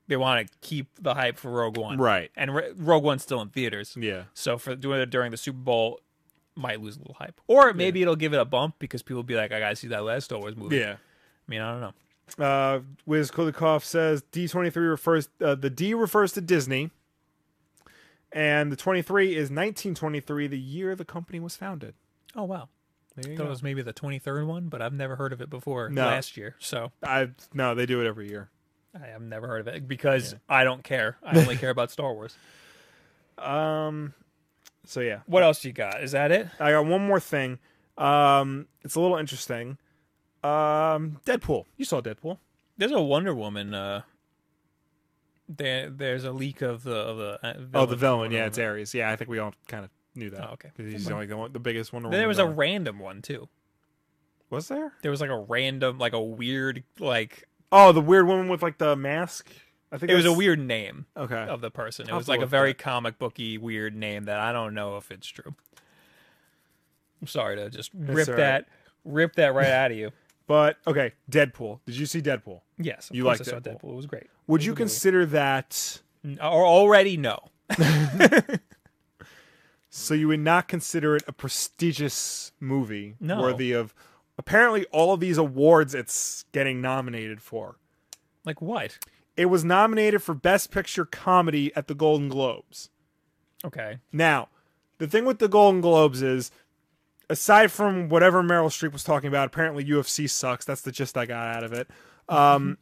S1: they want to keep the hype for rogue one
S2: Right.
S1: and Ro- rogue one's still in theaters
S2: Yeah.
S1: so for doing it during the Super Bowl might lose a little hype, or maybe it'll give it a bump because people will be like, "I gotta see that last Star Wars movie."
S2: Yeah.
S1: I mean, I don't know.
S2: Uh, Wiz Kulikov says D23 refers uh, the D refers to Disney, and the 23 is 1923, the year the company was founded.
S1: Oh wow,
S2: There
S1: I
S2: you
S1: thought
S2: go.
S1: it was maybe the twenty third one, but I've never heard of it before
S2: No.
S1: last year, so
S2: I no, they do it every year.
S1: I have never heard of it because I don't care. I only care about Star
S2: (laughs)
S1: Wars.
S2: Um, so yeah,
S1: What else you got? Is that it?
S2: I got one more thing. Um, it's a little interesting. Um, Deadpool. You saw Deadpool.
S1: There's a Wonder Woman. Uh, there, there's a leak of the of the. Uh,
S2: Oh, the villain.
S1: Wonder
S2: Yeah, it's
S1: Woman.
S2: Ares. Yeah, I think we all kind of knew that.
S1: Oh, okay.
S2: 'Cause He's the only the, one, the biggest Wonder Woman.
S1: There was a
S2: villain.
S1: random one too.
S2: was there?
S1: There was like a random, like a weird, like
S2: Oh, the weird woman with like the mask. I think
S1: it was a
S2: that's- Oh.
S1: weird name
S2: Okay.
S1: of the person. It
S2: I'll
S1: was
S2: have to
S1: like a
S2: look
S1: very
S2: that.
S1: comic booky weird name that I don't know if it's true. I'm sorry to just rip
S2: all right.
S1: that, rip that right out of you.
S2: But okay, Deadpool. Did you see Deadpool?
S1: (laughs) Yes, of
S2: You
S1: course
S2: liked
S1: I saw
S2: Deadpool.
S1: Deadpool. It was great. It
S2: Would
S1: was
S2: you
S1: a good movie.
S2: consider that?
S1: N- Or already no.
S2: So you would not consider it a prestigious movie
S1: No.
S2: worthy of apparently all of these awards it's getting nominated for.
S1: Like what?
S2: It was nominated for Best Picture Comedy at the Golden Globes.
S1: Okay.
S2: Now, the thing with the Golden Globes is, aside from whatever Meryl Streep was talking about, apparently UFC sucks. That's the gist I got out of it. Um,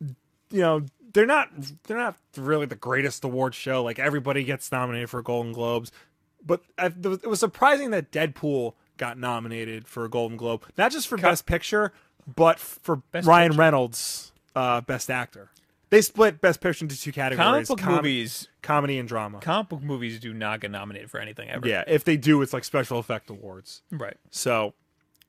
S2: you know, they're not they're not really the greatest award show. Like everybody gets nominated for Golden Globes, but I, it was surprising that Deadpool got nominated for a Golden Globe, not just for Best Picture, but for
S1: Best
S2: Ryan
S1: Picture.
S2: Reynolds uh, Best Actor. They split Best Picture into two
S1: Comic
S2: categories:
S1: book
S2: com-
S1: movies,
S2: comedy, and drama.
S1: comic book movies do not get nominated for anything ever.
S2: Yeah, if they do, it's like special effect awards.
S1: Right.
S2: So,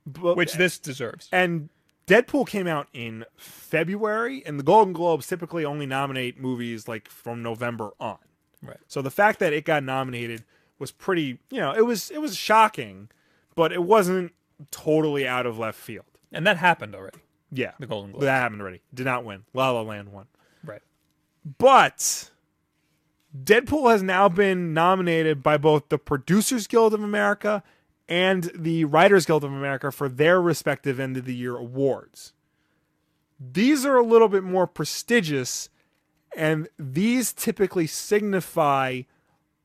S2: but,
S1: Which this deserves.
S2: and Deadpool came out in February, and the Golden Globes typically only nominate movies like from November on.
S1: Right.
S2: So the fact that it got nominated was pretty, you know, it was it was shocking, but it wasn't totally out of left field.
S1: And that happened already.
S2: Yeah,
S1: The Golden Globe.
S2: that happened already. Did not win. La La Land won.
S1: Right.
S2: But Deadpool has now been nominated by both the Producers Guild of America and the Writers Guild of America for their respective end of the year awards. These are a little bit more prestigious, and these typically signify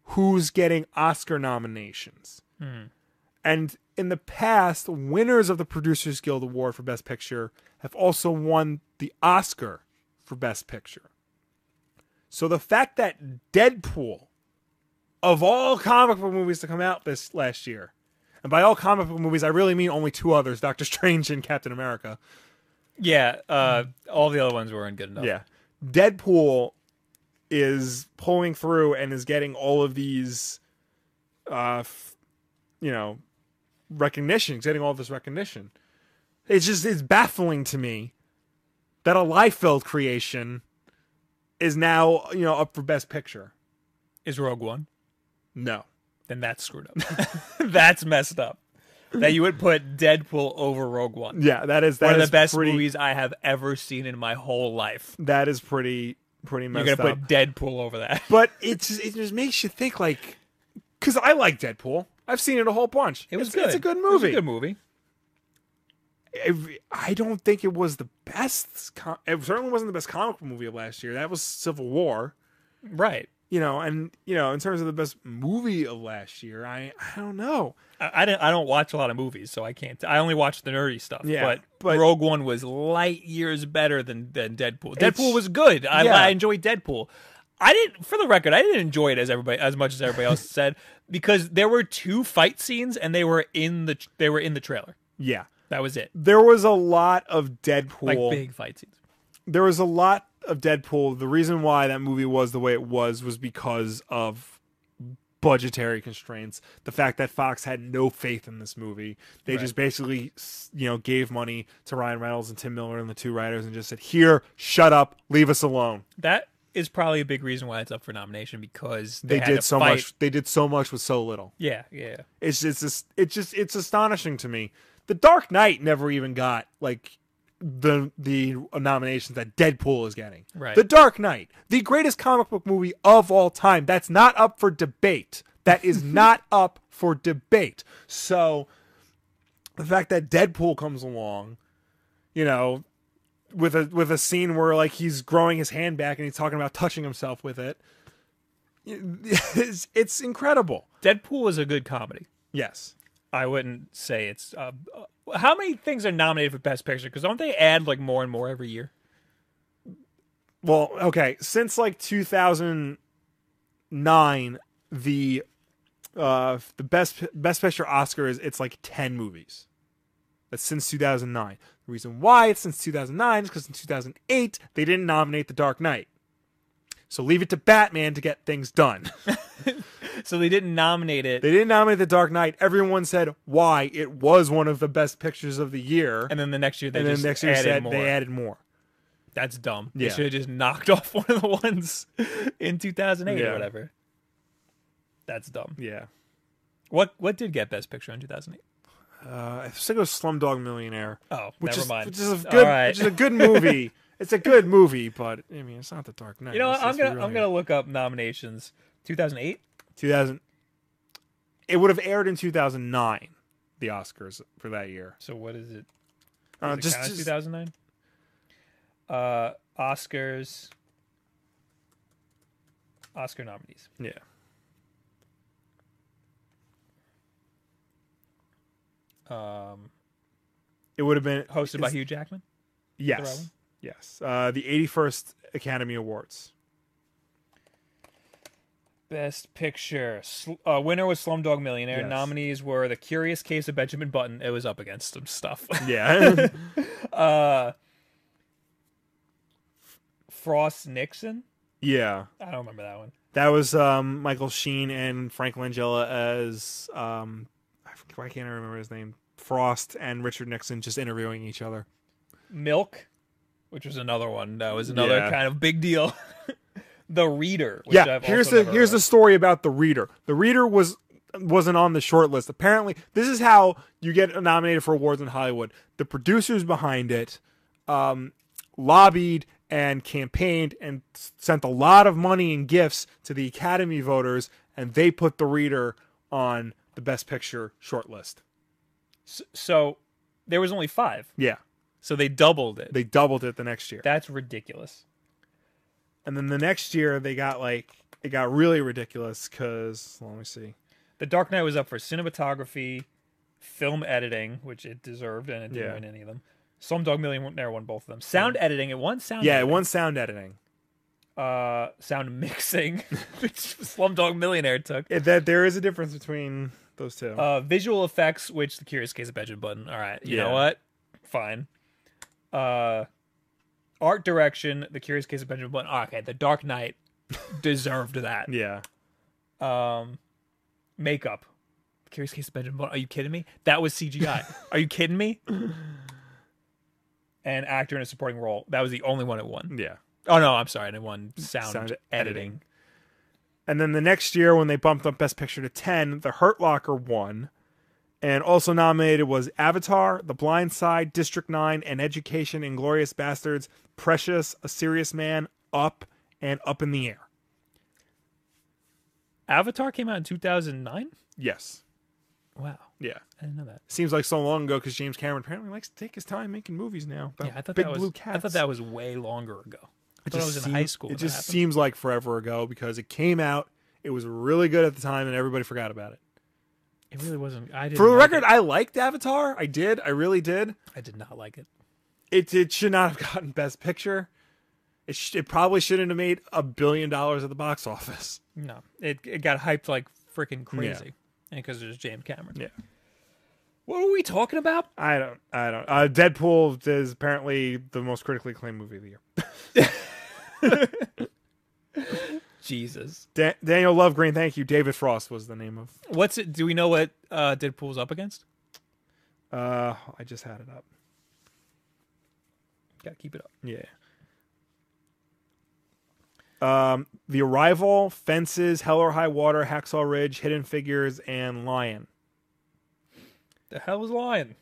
S2: who's getting Oscar nominations. And in the past, winners of the Producers Guild Award for Best Picture have also won the Oscar for Best Picture. So the fact that Deadpool, of all comic book movies to come out this last year, and by all comic book movies, I really mean only two others Doctor (laughs) Strange and Captain America.
S1: Yeah. Uh, all the other ones weren't good enough.
S2: Deadpool is pulling through and is getting all of these, uh, f- you know, recognition, he's getting all this recognition. It's just, it's baffling to me that a Liefeld creation is now, you know, up for Best Picture.
S1: Is Rogue One?
S2: No.
S1: Then that's screwed up. (laughs) that's messed up. That you would put Deadpool over Rogue One.
S2: Yeah, that is that
S1: One of
S2: is
S1: the best
S2: pretty,
S1: movies I have ever seen in my whole life.
S2: That is pretty pretty
S1: You're
S2: messed
S1: gonna
S2: up.
S1: put Deadpool over that.
S2: but it just it just makes you think like because I like Deadpool. I've seen it a whole bunch.
S1: It was
S2: it's,
S1: good.
S2: It's a good
S1: It was
S2: movie.
S1: good movie.
S2: Every- I don't think it was the best. Com- it certainly wasn't the best comic book movie of last year. That was Civil War.
S1: Right.
S2: You know, and you know, in terms of the best movie of last year, I I don't know.
S1: I, I don't. I don't watch a lot of movies, so I can't. I only watch the nerdy stuff.
S2: Yeah,
S1: but,
S2: but-
S1: Rogue One was light years better than than Deadpool.
S2: It's-
S1: Deadpool was good. I,
S2: Yeah.
S1: I enjoyed Deadpool. I didn't. For the record, I didn't enjoy it as everybody as much as everybody else (laughs) said because there were two fight scenes and they were in the they were in the trailer.
S2: Yeah,
S1: That was it.
S2: there was a lot of Deadpool.
S1: Like big fight scenes.
S2: there was a lot of Deadpool. The reason why that movie was the way it was was because of budgetary constraints. The fact that Fox had no faith in this movie. They just basically, s- you know, gave money to Ryan Reynolds and Tim Miller and the two writers and just said, "Here, shut up, leave us alone."
S1: That is probably a big reason why it's up for nomination because
S2: They,
S1: they, had to
S2: did so
S1: fight.
S2: much. They did so much with so little.
S1: Yeah, yeah.
S2: It's just, it's just, it's just, it's astonishing to me. The Dark Knight never even got like the the nominations that Deadpool is getting.
S1: Right.
S2: The Dark Knight, the greatest comic book movie of all time. That's not up for debate. That is not up for debate. So the fact that Deadpool comes along, you know, with a with a scene where like he's growing his hand back and he's talking about touching himself with it. (laughs) It's, it's incredible.
S1: Deadpool was a good comedy.
S2: Yes.
S1: I wouldn't say it's. Uh, uh, how many things are nominated for Best Picture? Because don't they add like more and more every year?
S2: Well, okay, since like 2009, the uh, the best best picture Oscar is it's like ten movies. That's since 2009. The reason why it's since 2009 is because in 2008 they didn't nominate The Dark Knight. So leave it to Batman to get things done.
S1: (laughs) So they didn't nominate it,
S2: they didn't nominate The Dark Knight. Everyone said why it was one of the best pictures of the year, and,
S1: and then the next year they
S2: then
S1: just
S2: next year
S1: added
S2: said
S1: more.
S2: they added more.
S1: That's dumb. They
S2: Yeah.
S1: should have just knocked (laughs) off one of the ones in 2008
S2: Yeah.
S1: or whatever. That's dumb.
S2: Yeah,
S1: What what did get Best Picture in 2008?
S2: uh, I think it was Slumdog Millionaire.
S1: Oh,
S2: which
S1: never
S2: is,
S1: mind.
S2: Which is a
S1: All
S2: good,
S1: right.
S2: which is a good movie. it's a good movie, but I mean, it's not The Dark Knight.
S1: (laughs) you know what?
S2: Let's-
S1: I'm
S2: let's
S1: gonna
S2: be real
S1: I'm
S2: here.
S1: gonna look up nominations. 2008.
S2: 2000. It would have aired in 2009. The Oscars for that year.
S1: So what is it?
S2: Uh,
S1: Does it
S2: just,
S1: count as
S2: just
S1: 2009. Uh, Oscars. Oscar nominees.
S2: yeah.
S1: Um,
S2: It would have been
S1: hosted by
S2: it's-
S1: Hugh Jackman.
S2: Yes, yes. Uh, the 81st Academy Awards.
S1: Best Picture. Sl- uh, winner was Slumdog Millionaire.
S2: Yes.
S1: Nominees were The Curious Case of Benjamin Button. It was up against some (laughs) stuff.
S2: Yeah, (laughs)
S1: uh, Frost Nixon.
S2: yeah.
S1: I don't remember that one.
S2: That was um, Michael Sheen and Frank Langella as um, I f- why can't I remember his name? Frost and Richard Nixon just interviewing each other.
S1: Milk, which was another one. That was another
S2: Yeah.
S1: kind of big deal. (laughs) the Reader. Which
S2: yeah,
S1: I've
S2: here's
S1: also
S2: the
S1: never
S2: here's
S1: read.
S2: the story about the reader. The reader was wasn't on the short list. Apparently, this is how you get nominated for awards in Hollywood. The producers behind it um, lobbied and campaigned and s- sent a lot of money and gifts to the Academy voters, and they put the reader on the Best Picture shortlist.
S1: S- So there was only five.
S2: Yeah,
S1: So they doubled it.
S2: they doubled it the next year,
S1: That's ridiculous.
S2: and then the next year they got like it got really ridiculous because let me see.
S1: The Dark Knight was up for cinematography, film editing, which it deserved, and it didn't
S2: Yeah.
S1: win any of them. Slumdog Millionaire won both of them. Sound editing, it won sound.
S2: Yeah, it
S1: editing.
S2: won sound editing.
S1: Uh, sound (laughs)
S2: (laughs)
S1: mixing, which Slumdog Millionaire took.
S2: It- that there is a difference between those two.
S1: Uh, visual effects, which The Curious Case of Benjamin Button. All right, you know
S2: Yeah.
S1: what? Fine. Uh, art direction, The Curious Case of Benjamin Button. Oh, okay, The Dark
S2: (laughs)
S1: Knight deserved that.
S2: yeah,
S1: um makeup. Curious Case of Benjamin Button. Are you kidding me? That was
S2: (laughs)
S1: CGI. Are you kidding me? And actor in a supporting role. That was the only one it won.
S2: yeah.
S1: Oh no, I'm sorry. It won sound,
S2: Sound
S1: editing.
S2: editing. And then the next year, when they bumped up Best Picture to ten, The Hurt Locker won, and also nominated was Avatar, The Blind Side, District Nine, and Education, Inglorious Bastards, Precious, A Serious Man, Up, and Up in the Air.
S1: Avatar came out in 2009.
S2: Yes.
S1: Wow,
S2: Yeah.
S1: I didn't know that.
S2: Seems like so long ago because James Cameron apparently likes to take his time making movies now. about
S1: Yeah, I thought
S2: Big
S1: that was.
S2: Blue Cats.
S1: I thought that was way longer ago. I thought I was in
S2: seems-
S1: high school.
S2: It
S1: when that
S2: just
S1: happened.
S2: seems like forever ago because it came out. It was really good at the time, and everybody forgot about it.
S1: It really wasn't. I didn't
S2: For the
S1: like
S2: record,
S1: it.
S2: I liked Avatar. I did. I really did.
S1: I did not like it.
S2: It it should not have gotten Best Picture. It sh- it probably shouldn't have made a billion dollars at the box office. (laughs)
S1: No, it it got hyped like freaking crazy, and because there's James Cameron.
S2: Yeah.
S1: What were we talking about?
S2: I don't. I don't. Uh, Deadpool is apparently the most critically acclaimed movie of the year.
S1: Jesus.
S2: Da- Daniel Lovegreen, thank you. David Frost was the name of.
S1: What's it? Do we know what uh, Deadpool's up against?
S2: Uh, I just had it up.
S1: Gotta keep it up.
S2: Yeah. Um, The Arrival, Fences, Hell or High Water, Hacksaw Ridge, Hidden Figures, and Lion.
S1: The hell was Lion?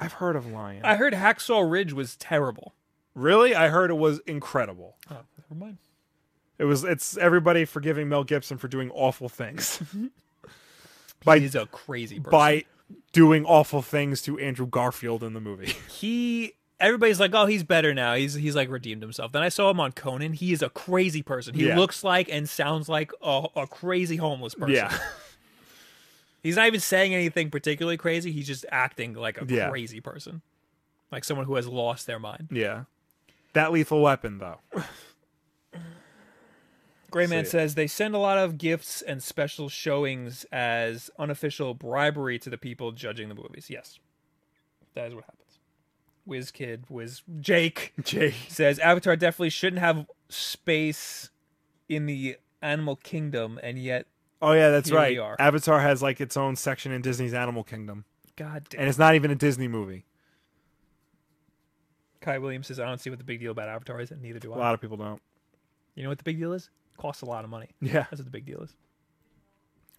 S2: I've heard of Lion.
S1: I heard Hacksaw Ridge was terrible.
S2: really? I heard it was incredible.
S1: Oh, never mind.
S2: It was. It's everybody forgiving Mel Gibson for doing awful (laughs) things by
S1: He's a crazy person.
S2: by doing awful things to Andrew Garfield in the (laughs) movie.
S1: he, everybody's like, oh, he's better now. He's he's like redeemed himself. Then I saw him on Conan. He is a crazy person. He
S2: Yeah.
S1: looks like and sounds like a, a crazy homeless person.
S2: yeah,
S1: He's not even saying anything particularly crazy. He's just acting like a
S2: Yeah.
S1: crazy person, like someone who has lost their mind.
S2: (laughs) yeah. That Lethal Weapon though.
S1: Grayman
S2: See.
S1: says they send a lot of gifts and special showings as unofficial bribery to the people judging the movies. Yes, that is what happens. Whiz Kid, Whiz Jake
S2: Jake.
S1: says Avatar definitely shouldn't have space in the animal kingdom, and yet,
S2: Oh yeah, that's
S1: Here we
S2: right.
S1: are.
S2: Avatar has like its own section in Disney's Animal Kingdom,
S1: God damn.
S2: and it's not even a Disney movie.
S1: Kai Williams says I don't see what the big deal about Avatar is, and neither do
S2: A
S1: I.
S2: lot of people don't.
S1: You know what the big deal is? costs a lot of money.
S2: Yeah,
S1: That's what the big deal is.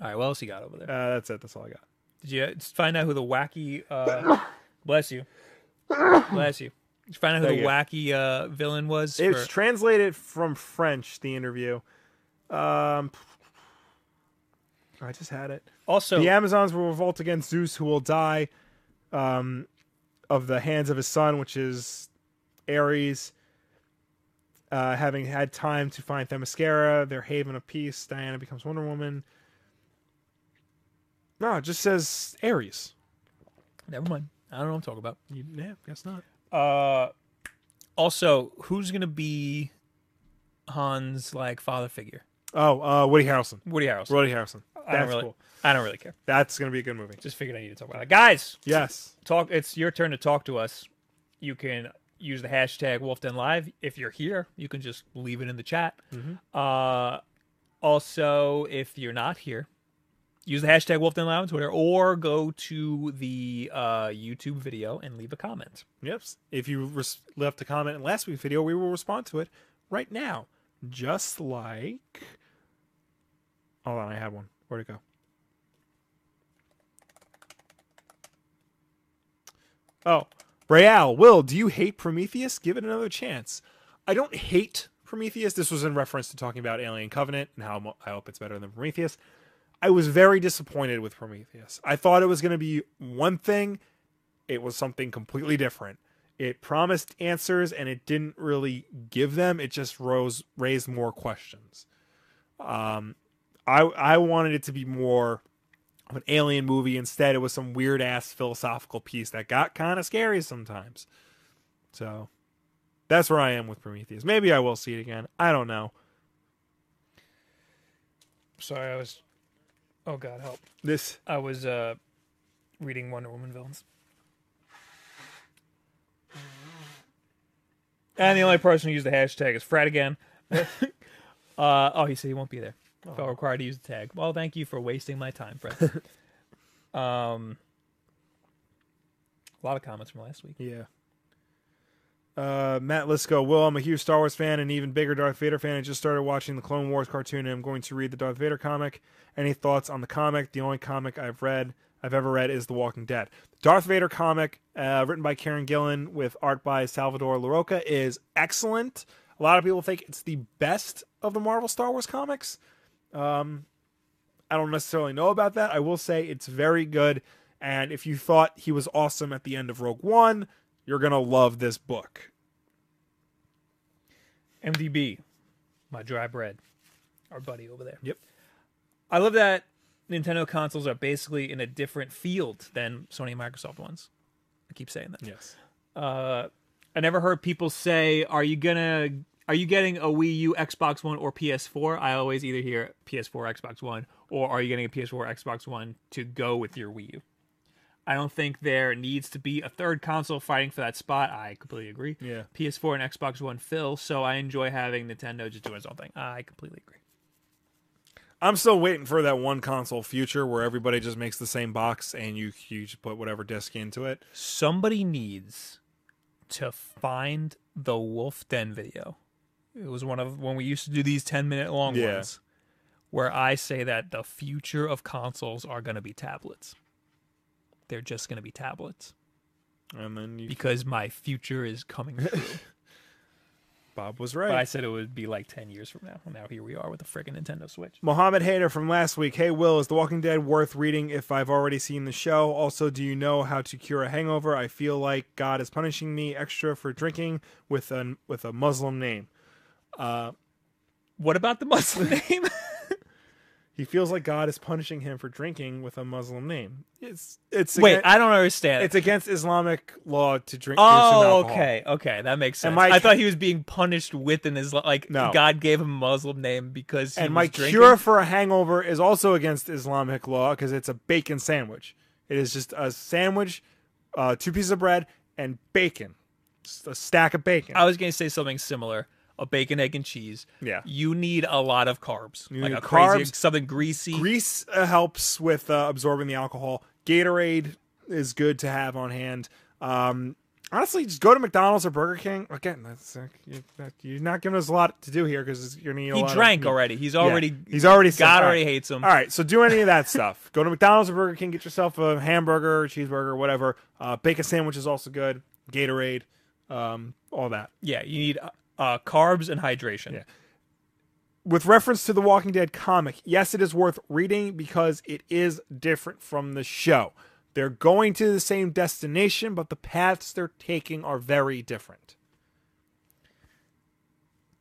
S1: All right, what else you got over there?
S2: uh, that's it. That's all I got.
S1: Did you just find out who the wacky? Uh, bless you, bless you. Did you find out who
S2: Thank
S1: the wacky uh, villain was?
S2: It's
S1: for-
S2: translated from French. The interview. Um, I just had it.
S1: also,
S2: The Amazons will revolt against Zeus, who will die um, of the hands of his son, which is Ares. Uh, having had time to find Themyscira, their haven of peace, Diana becomes Wonder Woman. No, it just says Ares.
S1: never mind. I don't know what I'm talking about.
S2: You, yeah, guess not.
S1: Uh, also, who's gonna be Han's like father figure?
S2: Oh, uh, Woody Harrelson.
S1: Woody Harrelson.
S2: Woody Harrelson.
S1: I don't
S2: That's
S1: really,
S2: cool.
S1: I don't really care.
S2: That's gonna be a good movie.
S1: Just figured I need to talk about that. Guys,
S2: Yes.
S1: talk. It's your turn to talk to us. You can use the hashtag Wolfden Live if you're here. You can just leave it in the chat. Uh, also, if you're not here, use the hashtag Wolfden Live on Twitter or go to the uh, YouTube video and leave a comment.
S2: Yep. If you res- left a comment in last week's video, we will respond to it right now. Just like. Hold on, I had one. Where'd it go? Oh, Real, Will, do you hate Prometheus? Give it another chance. I don't hate Prometheus. This was in reference to talking about Alien Covenant and how mo- I hope it's better than Prometheus. I was very disappointed with Prometheus. I thought it was going to be one thing, it was something completely different. It promised answers and it didn't really give them. It just rose raised more questions. Um, I I wanted it to be more of an alien movie. Instead, it was some weird ass philosophical piece that got kind of scary sometimes. So that's where I am with Prometheus. Maybe I will see it again. I don't know.
S1: Sorry, I was. Oh God, help!
S2: This
S1: I was uh, reading Wonder Woman villains. And the only person who used the hashtag is Fred again. uh, oh, he said he won't be there. Felt required to use the tag. Well, thank you for wasting my time, Fred. um, a lot of comments from last week.
S2: Yeah. Uh, Matt Lisco, Will, I'm a huge Star Wars fan and even bigger Darth Vader fan. I just started watching the Clone Wars cartoon and I'm going to read the Darth Vader comic. Any thoughts on the comic? The only comic I've read, I've ever read, is The Walking Dead. The Darth Vader comic, uh, written by Karen Gillan with art by Salvador LaRocca, is excellent. A lot of people think it's the best of the Marvel Star Wars comics. I don't necessarily know about that. I will say it's very good. And if you thought he was awesome at the end of Rogue One, you're going to love this book.
S1: MDB, my dry bread, our buddy over there.
S2: Yep.
S1: I love that Nintendo consoles are basically in a different field than Sony and Microsoft ones. I keep saying that.
S2: Yes.
S1: uh, I never heard people say, "Are you gonna? Are you getting a Wii U, Xbox One, or PS4?" I always either hear PS4, Xbox One, or "Are you getting a PS4, Xbox One to go with your Wii U?" I don't think there needs to be a third console fighting for that spot. I completely agree.
S2: Yeah.
S1: PS4 and Xbox One fill, so I enjoy having Nintendo just doing its own thing. I completely agree.
S2: I'm still waiting for that one console future where everybody just makes the same box and you, you just put whatever disc into it.
S1: somebody needs to find the wolf den video it was one of when we used to do these 10 minute long
S2: Yeah.
S1: ones where i say that the future of consoles are going to be tablets they're just going to be tablets
S2: And then you,
S1: because my future is coming
S2: (laughs)
S1: true
S2: Bob was
S1: but i
S2: right.
S1: said it would be like 10 years from now and now here we are with a freaking nintendo switch
S2: Mohammed Hayder from last week. Hey, Will, is The Walking Dead worth reading if I've already seen the show? Also, do you know how to cure a hangover? I feel like God is punishing me extra for drinking with an with a Muslim name.
S1: (laughs) what about the muslim name
S2: He feels like God is punishing him for drinking with a Muslim name. It's it's
S1: Wait,
S2: against,
S1: I don't understand.
S2: it's against Islamic law to drink. to consume
S1: oh,
S2: alcohol.
S1: okay, okay, that makes sense.
S2: And my-
S1: I thought he was being punished with an Islam, like
S2: No.
S1: God gave him a Muslim name because he
S2: And
S1: was
S2: my
S1: drinking.
S2: cure for a hangover is also against Islamic law because it's a bacon sandwich. It is just a sandwich, uh, two pieces of bread, and bacon, just a stack of bacon.
S1: I was going to say something similar. A bacon, egg, and cheese.
S2: Yeah.
S1: You need a lot of carbs. like
S2: need
S1: a crazy
S2: carbs,
S1: something greasy.
S2: Grease uh, helps with uh, absorbing the alcohol. Gatorade is good to have on hand. Um, honestly, just go to McDonald's or Burger King. Again, that's uh, you- that- you're not giving us a lot to do here because you're gonna need. A
S1: he
S2: lot of
S1: drank
S2: meat.
S1: already. He's
S2: Yeah.
S1: already
S2: He's already. said,
S1: God
S2: "All
S1: already
S2: right."
S1: hates him.
S2: All right, so do any of that (laughs) stuff. Go to McDonald's or Burger King, get yourself a hamburger, cheeseburger, whatever. Uh, bacon sandwich is also good. Gatorade, um, all that.
S1: Yeah, you need uh, uh, carbs and hydration.
S2: Yeah. With reference to the Walking Dead comic, yes, it is worth reading because it is different from the show. They're going to the same destination, but the paths they're taking are very different.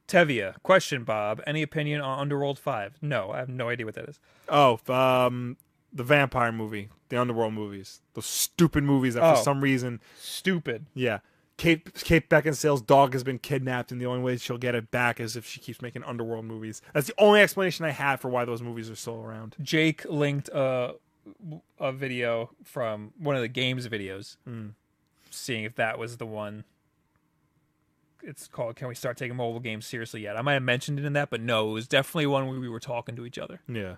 S1: Tevia, question, Bob. Any opinion on Underworld 5? No, I have no idea what that is.
S2: Oh, um, the vampire movie, the underworld movies, those stupid movies that for
S1: Oh.
S2: some reason
S1: Stupid.
S2: Yeah. Kate Kate Beckinsale's dog has been kidnapped, and the only way she'll get it back is if she keeps making underworld movies. That's the only explanation I have for why those movies are still around.
S1: Jake linked a, a video from one of the games videos,
S2: Hmm.
S1: seeing if that was the one. It's called Can We Start Taking Mobile Games Seriously Yet? I might have mentioned it in that, but no, it was definitely one where we were talking to each other.
S2: Yeah.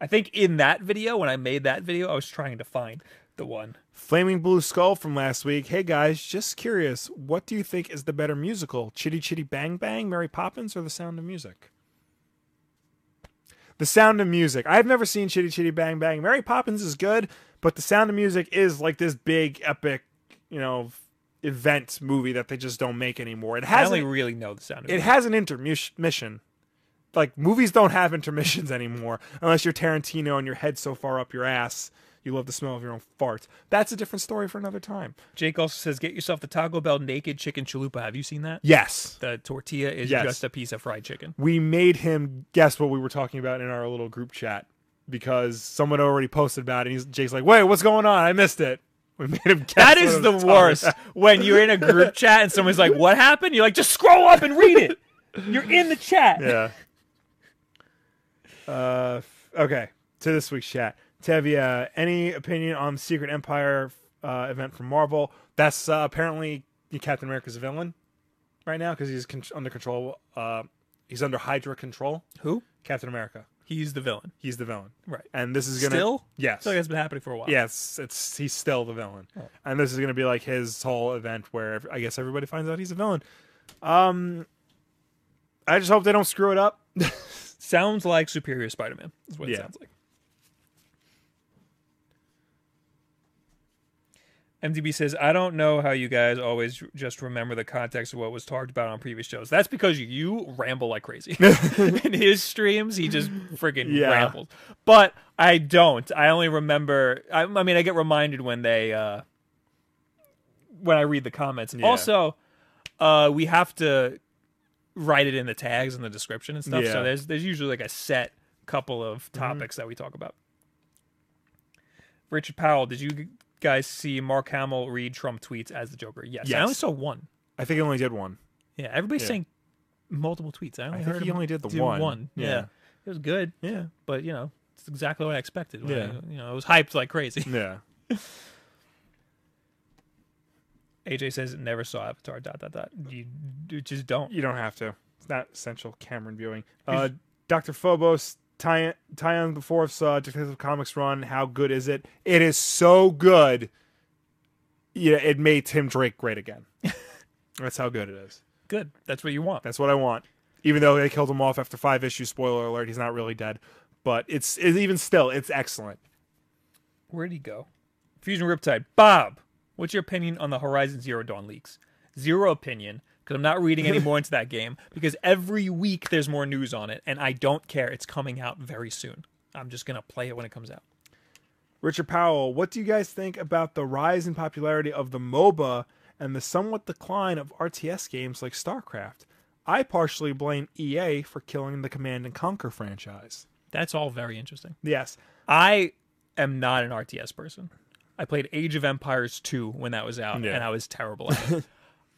S1: I think in that video, when I made that video, I was trying to find the one.
S2: Flaming Blue Skull from last week. Hey guys, just curious, what do you think is the better musical? Chitty Chitty Bang Bang, Mary Poppins, or The Sound of Music? The Sound of Music. I've never seen Chitty Chitty Bang Bang. Mary Poppins is good, but The Sound of Music is like this big epic, you know, event movie that they just don't make anymore. It
S1: I
S2: has
S1: only really know the sound of
S2: it
S1: it.
S2: has an intermission. Like movies don't have intermissions anymore unless you're Tarantino and your head's so far up your ass you love the smell of your own farts. That's a different story for another time.
S1: Jake also says, Get yourself the Taco Bell Naked Chicken Chalupa. Have you seen that?
S2: Yes.
S1: The tortilla is
S2: Yes.
S1: just a piece of fried chicken.
S2: We made him guess what we were talking about in our little group chat because someone already posted about it and he's, Jake's like, "Wait, what's going on? I missed it." We made him guess.
S1: That
S2: what
S1: is
S2: it
S1: the
S2: was.
S1: worst. When you're in a group chat and someone's like, "What happened?" You're like, "Just scroll up and read it." You're in the chat.
S2: Yeah. Uh, f- okay. To this week's chat, Tevia, any opinion on Secret Empire uh, event from Marvel? That's uh, apparently Captain America's villain right now because he's con- under control. Uh, he's under Hydra control.
S1: Who?
S2: Captain America.
S1: He's the villain.
S2: He's the villain,
S1: Right.
S2: and this is gonna
S1: Still?
S2: yes,
S1: So like that's been happening for a while.
S2: yes. It's he's still the villain, and this is gonna be like his whole event where ev- I guess everybody finds out he's a villain. Um, I just hope they don't screw it up.
S1: Sounds like Superior Spider-Man. Is what
S2: Yeah.
S1: it sounds like. MDB says, I don't know how you guys always just remember the context of what was talked about on previous shows. That's because you ramble like
S2: (laughs)
S1: crazy. (laughs) In his streams, he just freaking
S2: Yeah.
S1: rambles. But I don't. I only remember, I, I mean, I get reminded when they, uh, when I read the comments.
S2: Yeah.
S1: Also, uh, we have to write it in the tags and the description and stuff.
S2: Yeah. Mm-hmm.
S1: So there's there's usually like a set couple of topics that we talk about. Richard Powell, did you g- guys see Mark Hamill read Trump tweets as the Joker? Yes, I
S2: Yes.
S1: only saw one.
S2: I think he only did one.
S1: Yeah, everybody's
S2: Yeah.
S1: saying multiple tweets. I only
S2: think
S1: heard
S2: he
S1: him
S2: only did the
S1: do
S2: one.
S1: Yeah.
S2: Yeah.
S1: it was good,
S2: Yeah.
S1: but you know it's exactly what I expected. When
S2: Yeah.
S1: I- you know it was hyped like crazy. (laughs)
S2: Yeah.
S1: AJ says never saw Avatar. Dot dot dot. You, you just don't.
S2: You don't have to. It's not essential Cameron viewing. Uh, Dr. Phobos, tie tie on the fourth uh, Detective Comics run. How good is it? It is so good. Yeah, it made Tim Drake
S1: (laughs)
S2: great again. That's how good it is.
S1: Good. That's what you want.
S2: That's what I want. Even though they killed him off after five issues, spoiler alert, he's not really dead. But it's, it's even still, it's excellent.
S1: Where'd he go? Fusion Riptide. Bob, what's your opinion on the Horizon Zero Dawn leaks? Zero opinion, because I'm not reading any more into that game, because every week there's more news on it, and I don't care. It's coming out very soon. I'm just going to play it when it comes out.
S2: Richard Powell, what do you guys think about the rise in popularity of the MOBA and the somewhat decline of RTS games E like StarCraft? I partially blame EA for killing the Command and Conquer franchise.
S1: That's all very interesting.
S2: Yes.
S1: I am not an RTS person. I played Age of Empires 2 when that was out,
S2: Yeah.
S1: and I was terrible at it.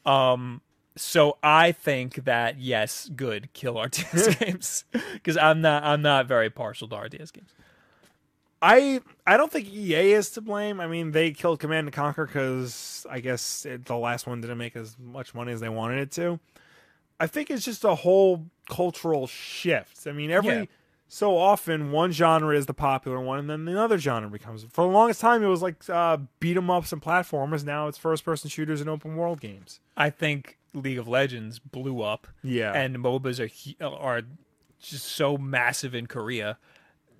S1: um, so I think that yes, good kill RTS games because I'm not I'm not very partial to RTS games.
S2: I I don't think EA is to blame. I mean, they killed Command and Conquer because I guess it, the last one didn't make as much money as they wanted it to. I think it's just a whole cultural shift. I mean, every
S1: Yeah.
S2: so often one genre is the popular one, and then another genre becomes. For the longest time, it was like uh, beat 'em ups and platformers. Now it's first person shooters and open world games.
S1: I think League of Legends blew up.
S2: Yeah.
S1: And MOBAs are hu- are just so massive in Korea.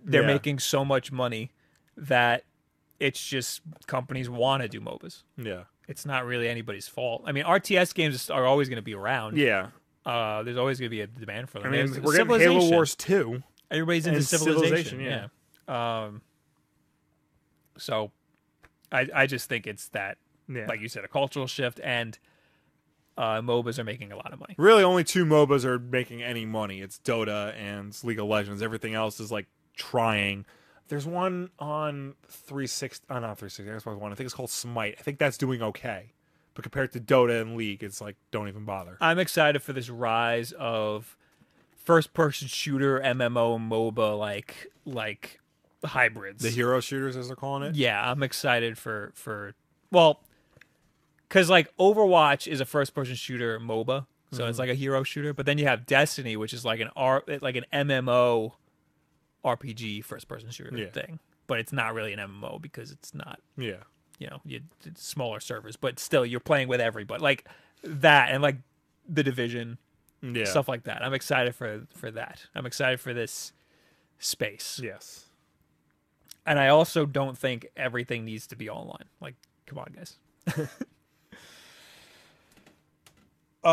S1: They're
S2: Yeah.
S1: making so much money that it's just companies want to do MOBAs.
S2: Yeah,
S1: It's not really anybody's fault. I mean, RTS games are always going to be around.
S2: yeah.
S1: Uh, there's always going to be a demand for
S2: I
S1: them.
S2: mean,
S1: There's-
S2: we're getting Halo
S1: Civilization.
S2: Wars two.
S1: Everybody's into
S2: and
S1: civilization.
S2: Civilization,
S1: yeah.
S2: yeah.
S1: Um, so I I just think it's that
S2: Yeah.
S1: like you said a cultural shift and uh, MOBAs are making a lot of money.
S2: Really, only two MOBAs are making any money. It's Dota and League of Legends. Everything else is like trying. There's one on 360, uh, not 360, Xbox One. I think it's called Smite. I think that's doing okay. But compared to Dota and League, it's like, don't even bother.
S1: I'm excited for this rise of first person shooter MMO MOBA like like hybrids.
S2: The hero shooters, as they're calling it?
S1: yeah, I'm excited for for well cuz like Overwatch is a first person shooter MOBA. So
S2: Mm-hmm.
S1: it's like a hero shooter, but then you have Destiny which is like an R like an MMO RPG first person shooter
S2: Yeah.
S1: thing. But it's not really an MMO because it's not
S2: Yeah.
S1: you know you it's smaller servers but still you're playing with everybody like that and like the division
S2: Yeah.
S1: stuff like that i'm excited for for that i'm excited for this space
S2: Yes.
S1: and i also don't think everything needs to be online like come on guys
S2: Uh,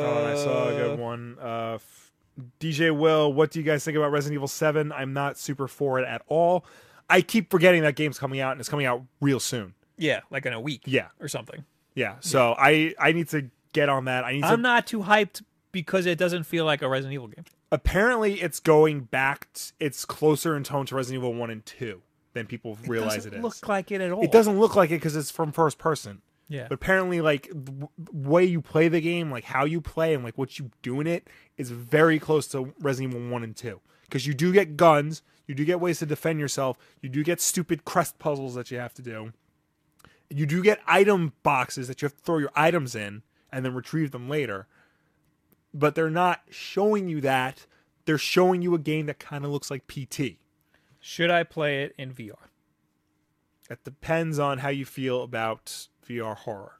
S1: Uh,
S2: oh, and I saw a good one. Uh, f- DJ Will, what do you guys think about Resident Evil 7? I'm not super for it at all. I keep forgetting that game's coming out, and it's coming out real soon.
S1: yeah like in a week
S2: Yeah.
S1: or something
S2: Yeah. So I I need to get on that. I need
S1: i'm
S2: to.
S1: not too hyped because it doesn't feel like a resident evil game
S2: apparently, it's going back. t it's closer in tone to Resident Evil One and Two than people realize it
S1: doesn't
S2: is.
S1: look like it at all
S2: it doesn't look like it because it's from first person.
S1: yeah
S2: But apparently, like the way you play the game, like how you play, and like what you do in it is very close to Resident Evil One and Two. Because you do get guns, you do get ways to defend yourself, you do get stupid crest puzzles that you have to do, you do get item boxes that you have to throw your items in and then retrieve them later. But they're not showing you that. They're showing you a game that kind of looks like PT.
S1: should i play it in vr
S2: That depends on how you feel about VR horror.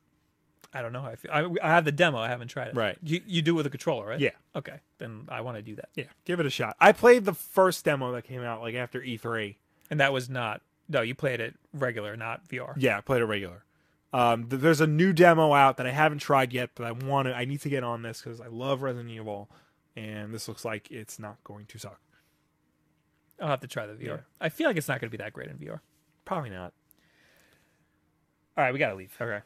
S1: I don't know how I feel. I, I have the demo. I haven't tried it.
S2: Right.
S1: You you do it with a controller, right?
S2: Yeah.
S1: Okay. Then I want to do that.
S2: Yeah, give it a shot. I played the first demo that came out like after E E3.
S1: And that was not. No, you played it regular, not VR.
S2: Yeah, I played it regular. Um, th- there's a new demo out that I haven't tried yet, but I want to. I need to get on this because I love Resident Evil, and this looks like it's not going to suck.
S1: I'll have to try the VR. I feel like it's not going to be that great in VR.
S2: Probably not.
S1: All right, we got to leave. Okay.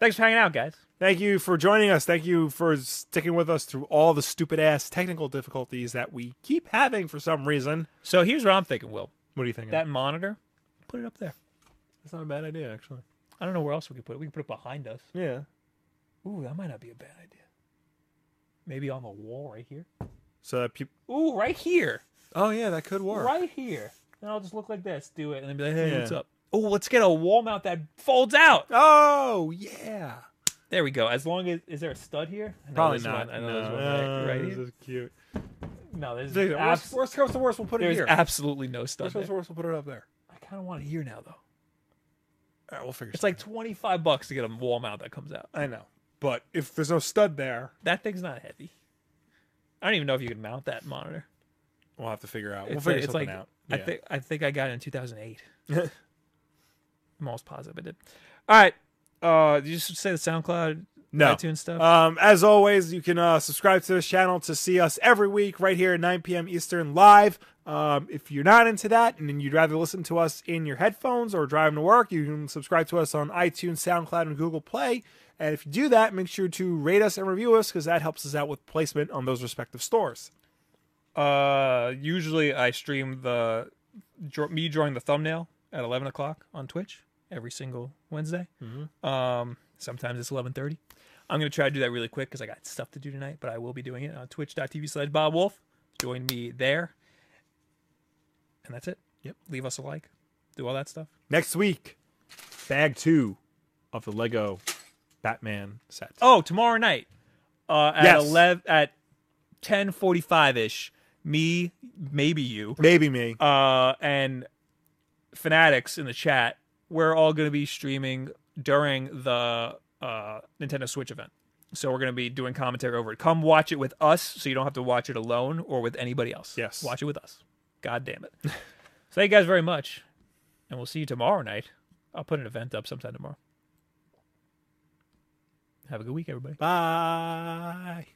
S1: Thanks for hanging out, guys.
S2: Thank you for joining us. Thank you for sticking with us through all the stupid ass technical difficulties that we keep having for some reason.
S1: So here's what I'm thinking, Will.
S2: What do you think?
S1: That monitor, put it up there.
S2: That's not a bad idea, actually.
S1: I don't know where else we could put it. We could put it behind us.
S2: Yeah.
S1: Ooh, that might not be a bad idea. Maybe on the wall right here.
S2: So that people.
S1: Ooh, right here.
S2: Oh yeah, that could work.
S1: Right here. Then I'll just look like this, do it, and then be like, hey,
S2: Yeah.
S1: what's up? Oh, let's get a wall mount that folds out.
S2: Oh yeah.
S1: There we go. As long as is there a stud here? I know
S2: Probably
S1: there's
S2: not.
S1: one- I know there's one right, right
S2: Oh, this
S1: here.
S2: is cute.
S1: No, there's
S2: Dude,
S1: abs-
S2: worst, worst comes to worst, we'll put it
S1: there's
S2: here.
S1: absolutely no stud.
S2: worst comes to
S1: There.
S2: worst, we'll put it up there.
S1: I kind of want it here now though.
S2: All right, we'll figure.
S1: It's like twenty five bucks to get a wall mount that comes out.
S2: I know, but if there's no stud there,
S1: That thing's not heavy. I don't even know if you can mount that monitor.
S2: we'll have to figure out. We'll
S1: It's
S2: figure
S1: like, it's
S2: something
S1: like
S2: out.
S1: I
S2: Yeah.
S1: think I think I got it in two thousand (laughs) eight. I'm almost positive I did. All right. Uh, did you just say the SoundCloud,
S2: no.
S1: iTunes stuff?
S2: Um, as always, you can uh, subscribe to this channel to see us every week right here at 9 p.m. Eastern live. Um, if you're not into that and you'd rather listen to us in your headphones or driving to work, you can subscribe to us on iTunes, SoundCloud, and Google Play. And if you do that, make sure to rate us and review us because that helps us out with placement on those respective stores.
S1: Uh, usually I stream the draw, me drawing the thumbnail at eleven o'clock on Twitch every single Wednesday. Um, sometimes it's eleven thirty. I'm gonna try to do that really quick because I got stuff to do tonight, but I will be doing it on twitch.tv slash Bob Wolf. Join me there. And that's it. Yep. Leave us a like. Do all that stuff.
S2: Next week, bag two of the Lego Batman set.
S1: Oh, tomorrow night uh, at
S2: Yes.
S1: 11 at 10:45 ish. Me, maybe you,
S2: Maybe me.
S1: uh, and fanatics in the chat. We're all going to be streaming during the uh, Nintendo Switch event. So we're going to be doing commentary over it. Come watch it with us, so you don't have to watch it alone or with anybody else.
S2: Yes.
S1: watch it with us. God damn it! (laughs) so thank you guys very much, and we'll see you tomorrow night. I'll put an event up sometime tomorrow. Have a good week, everybody.
S2: Bye.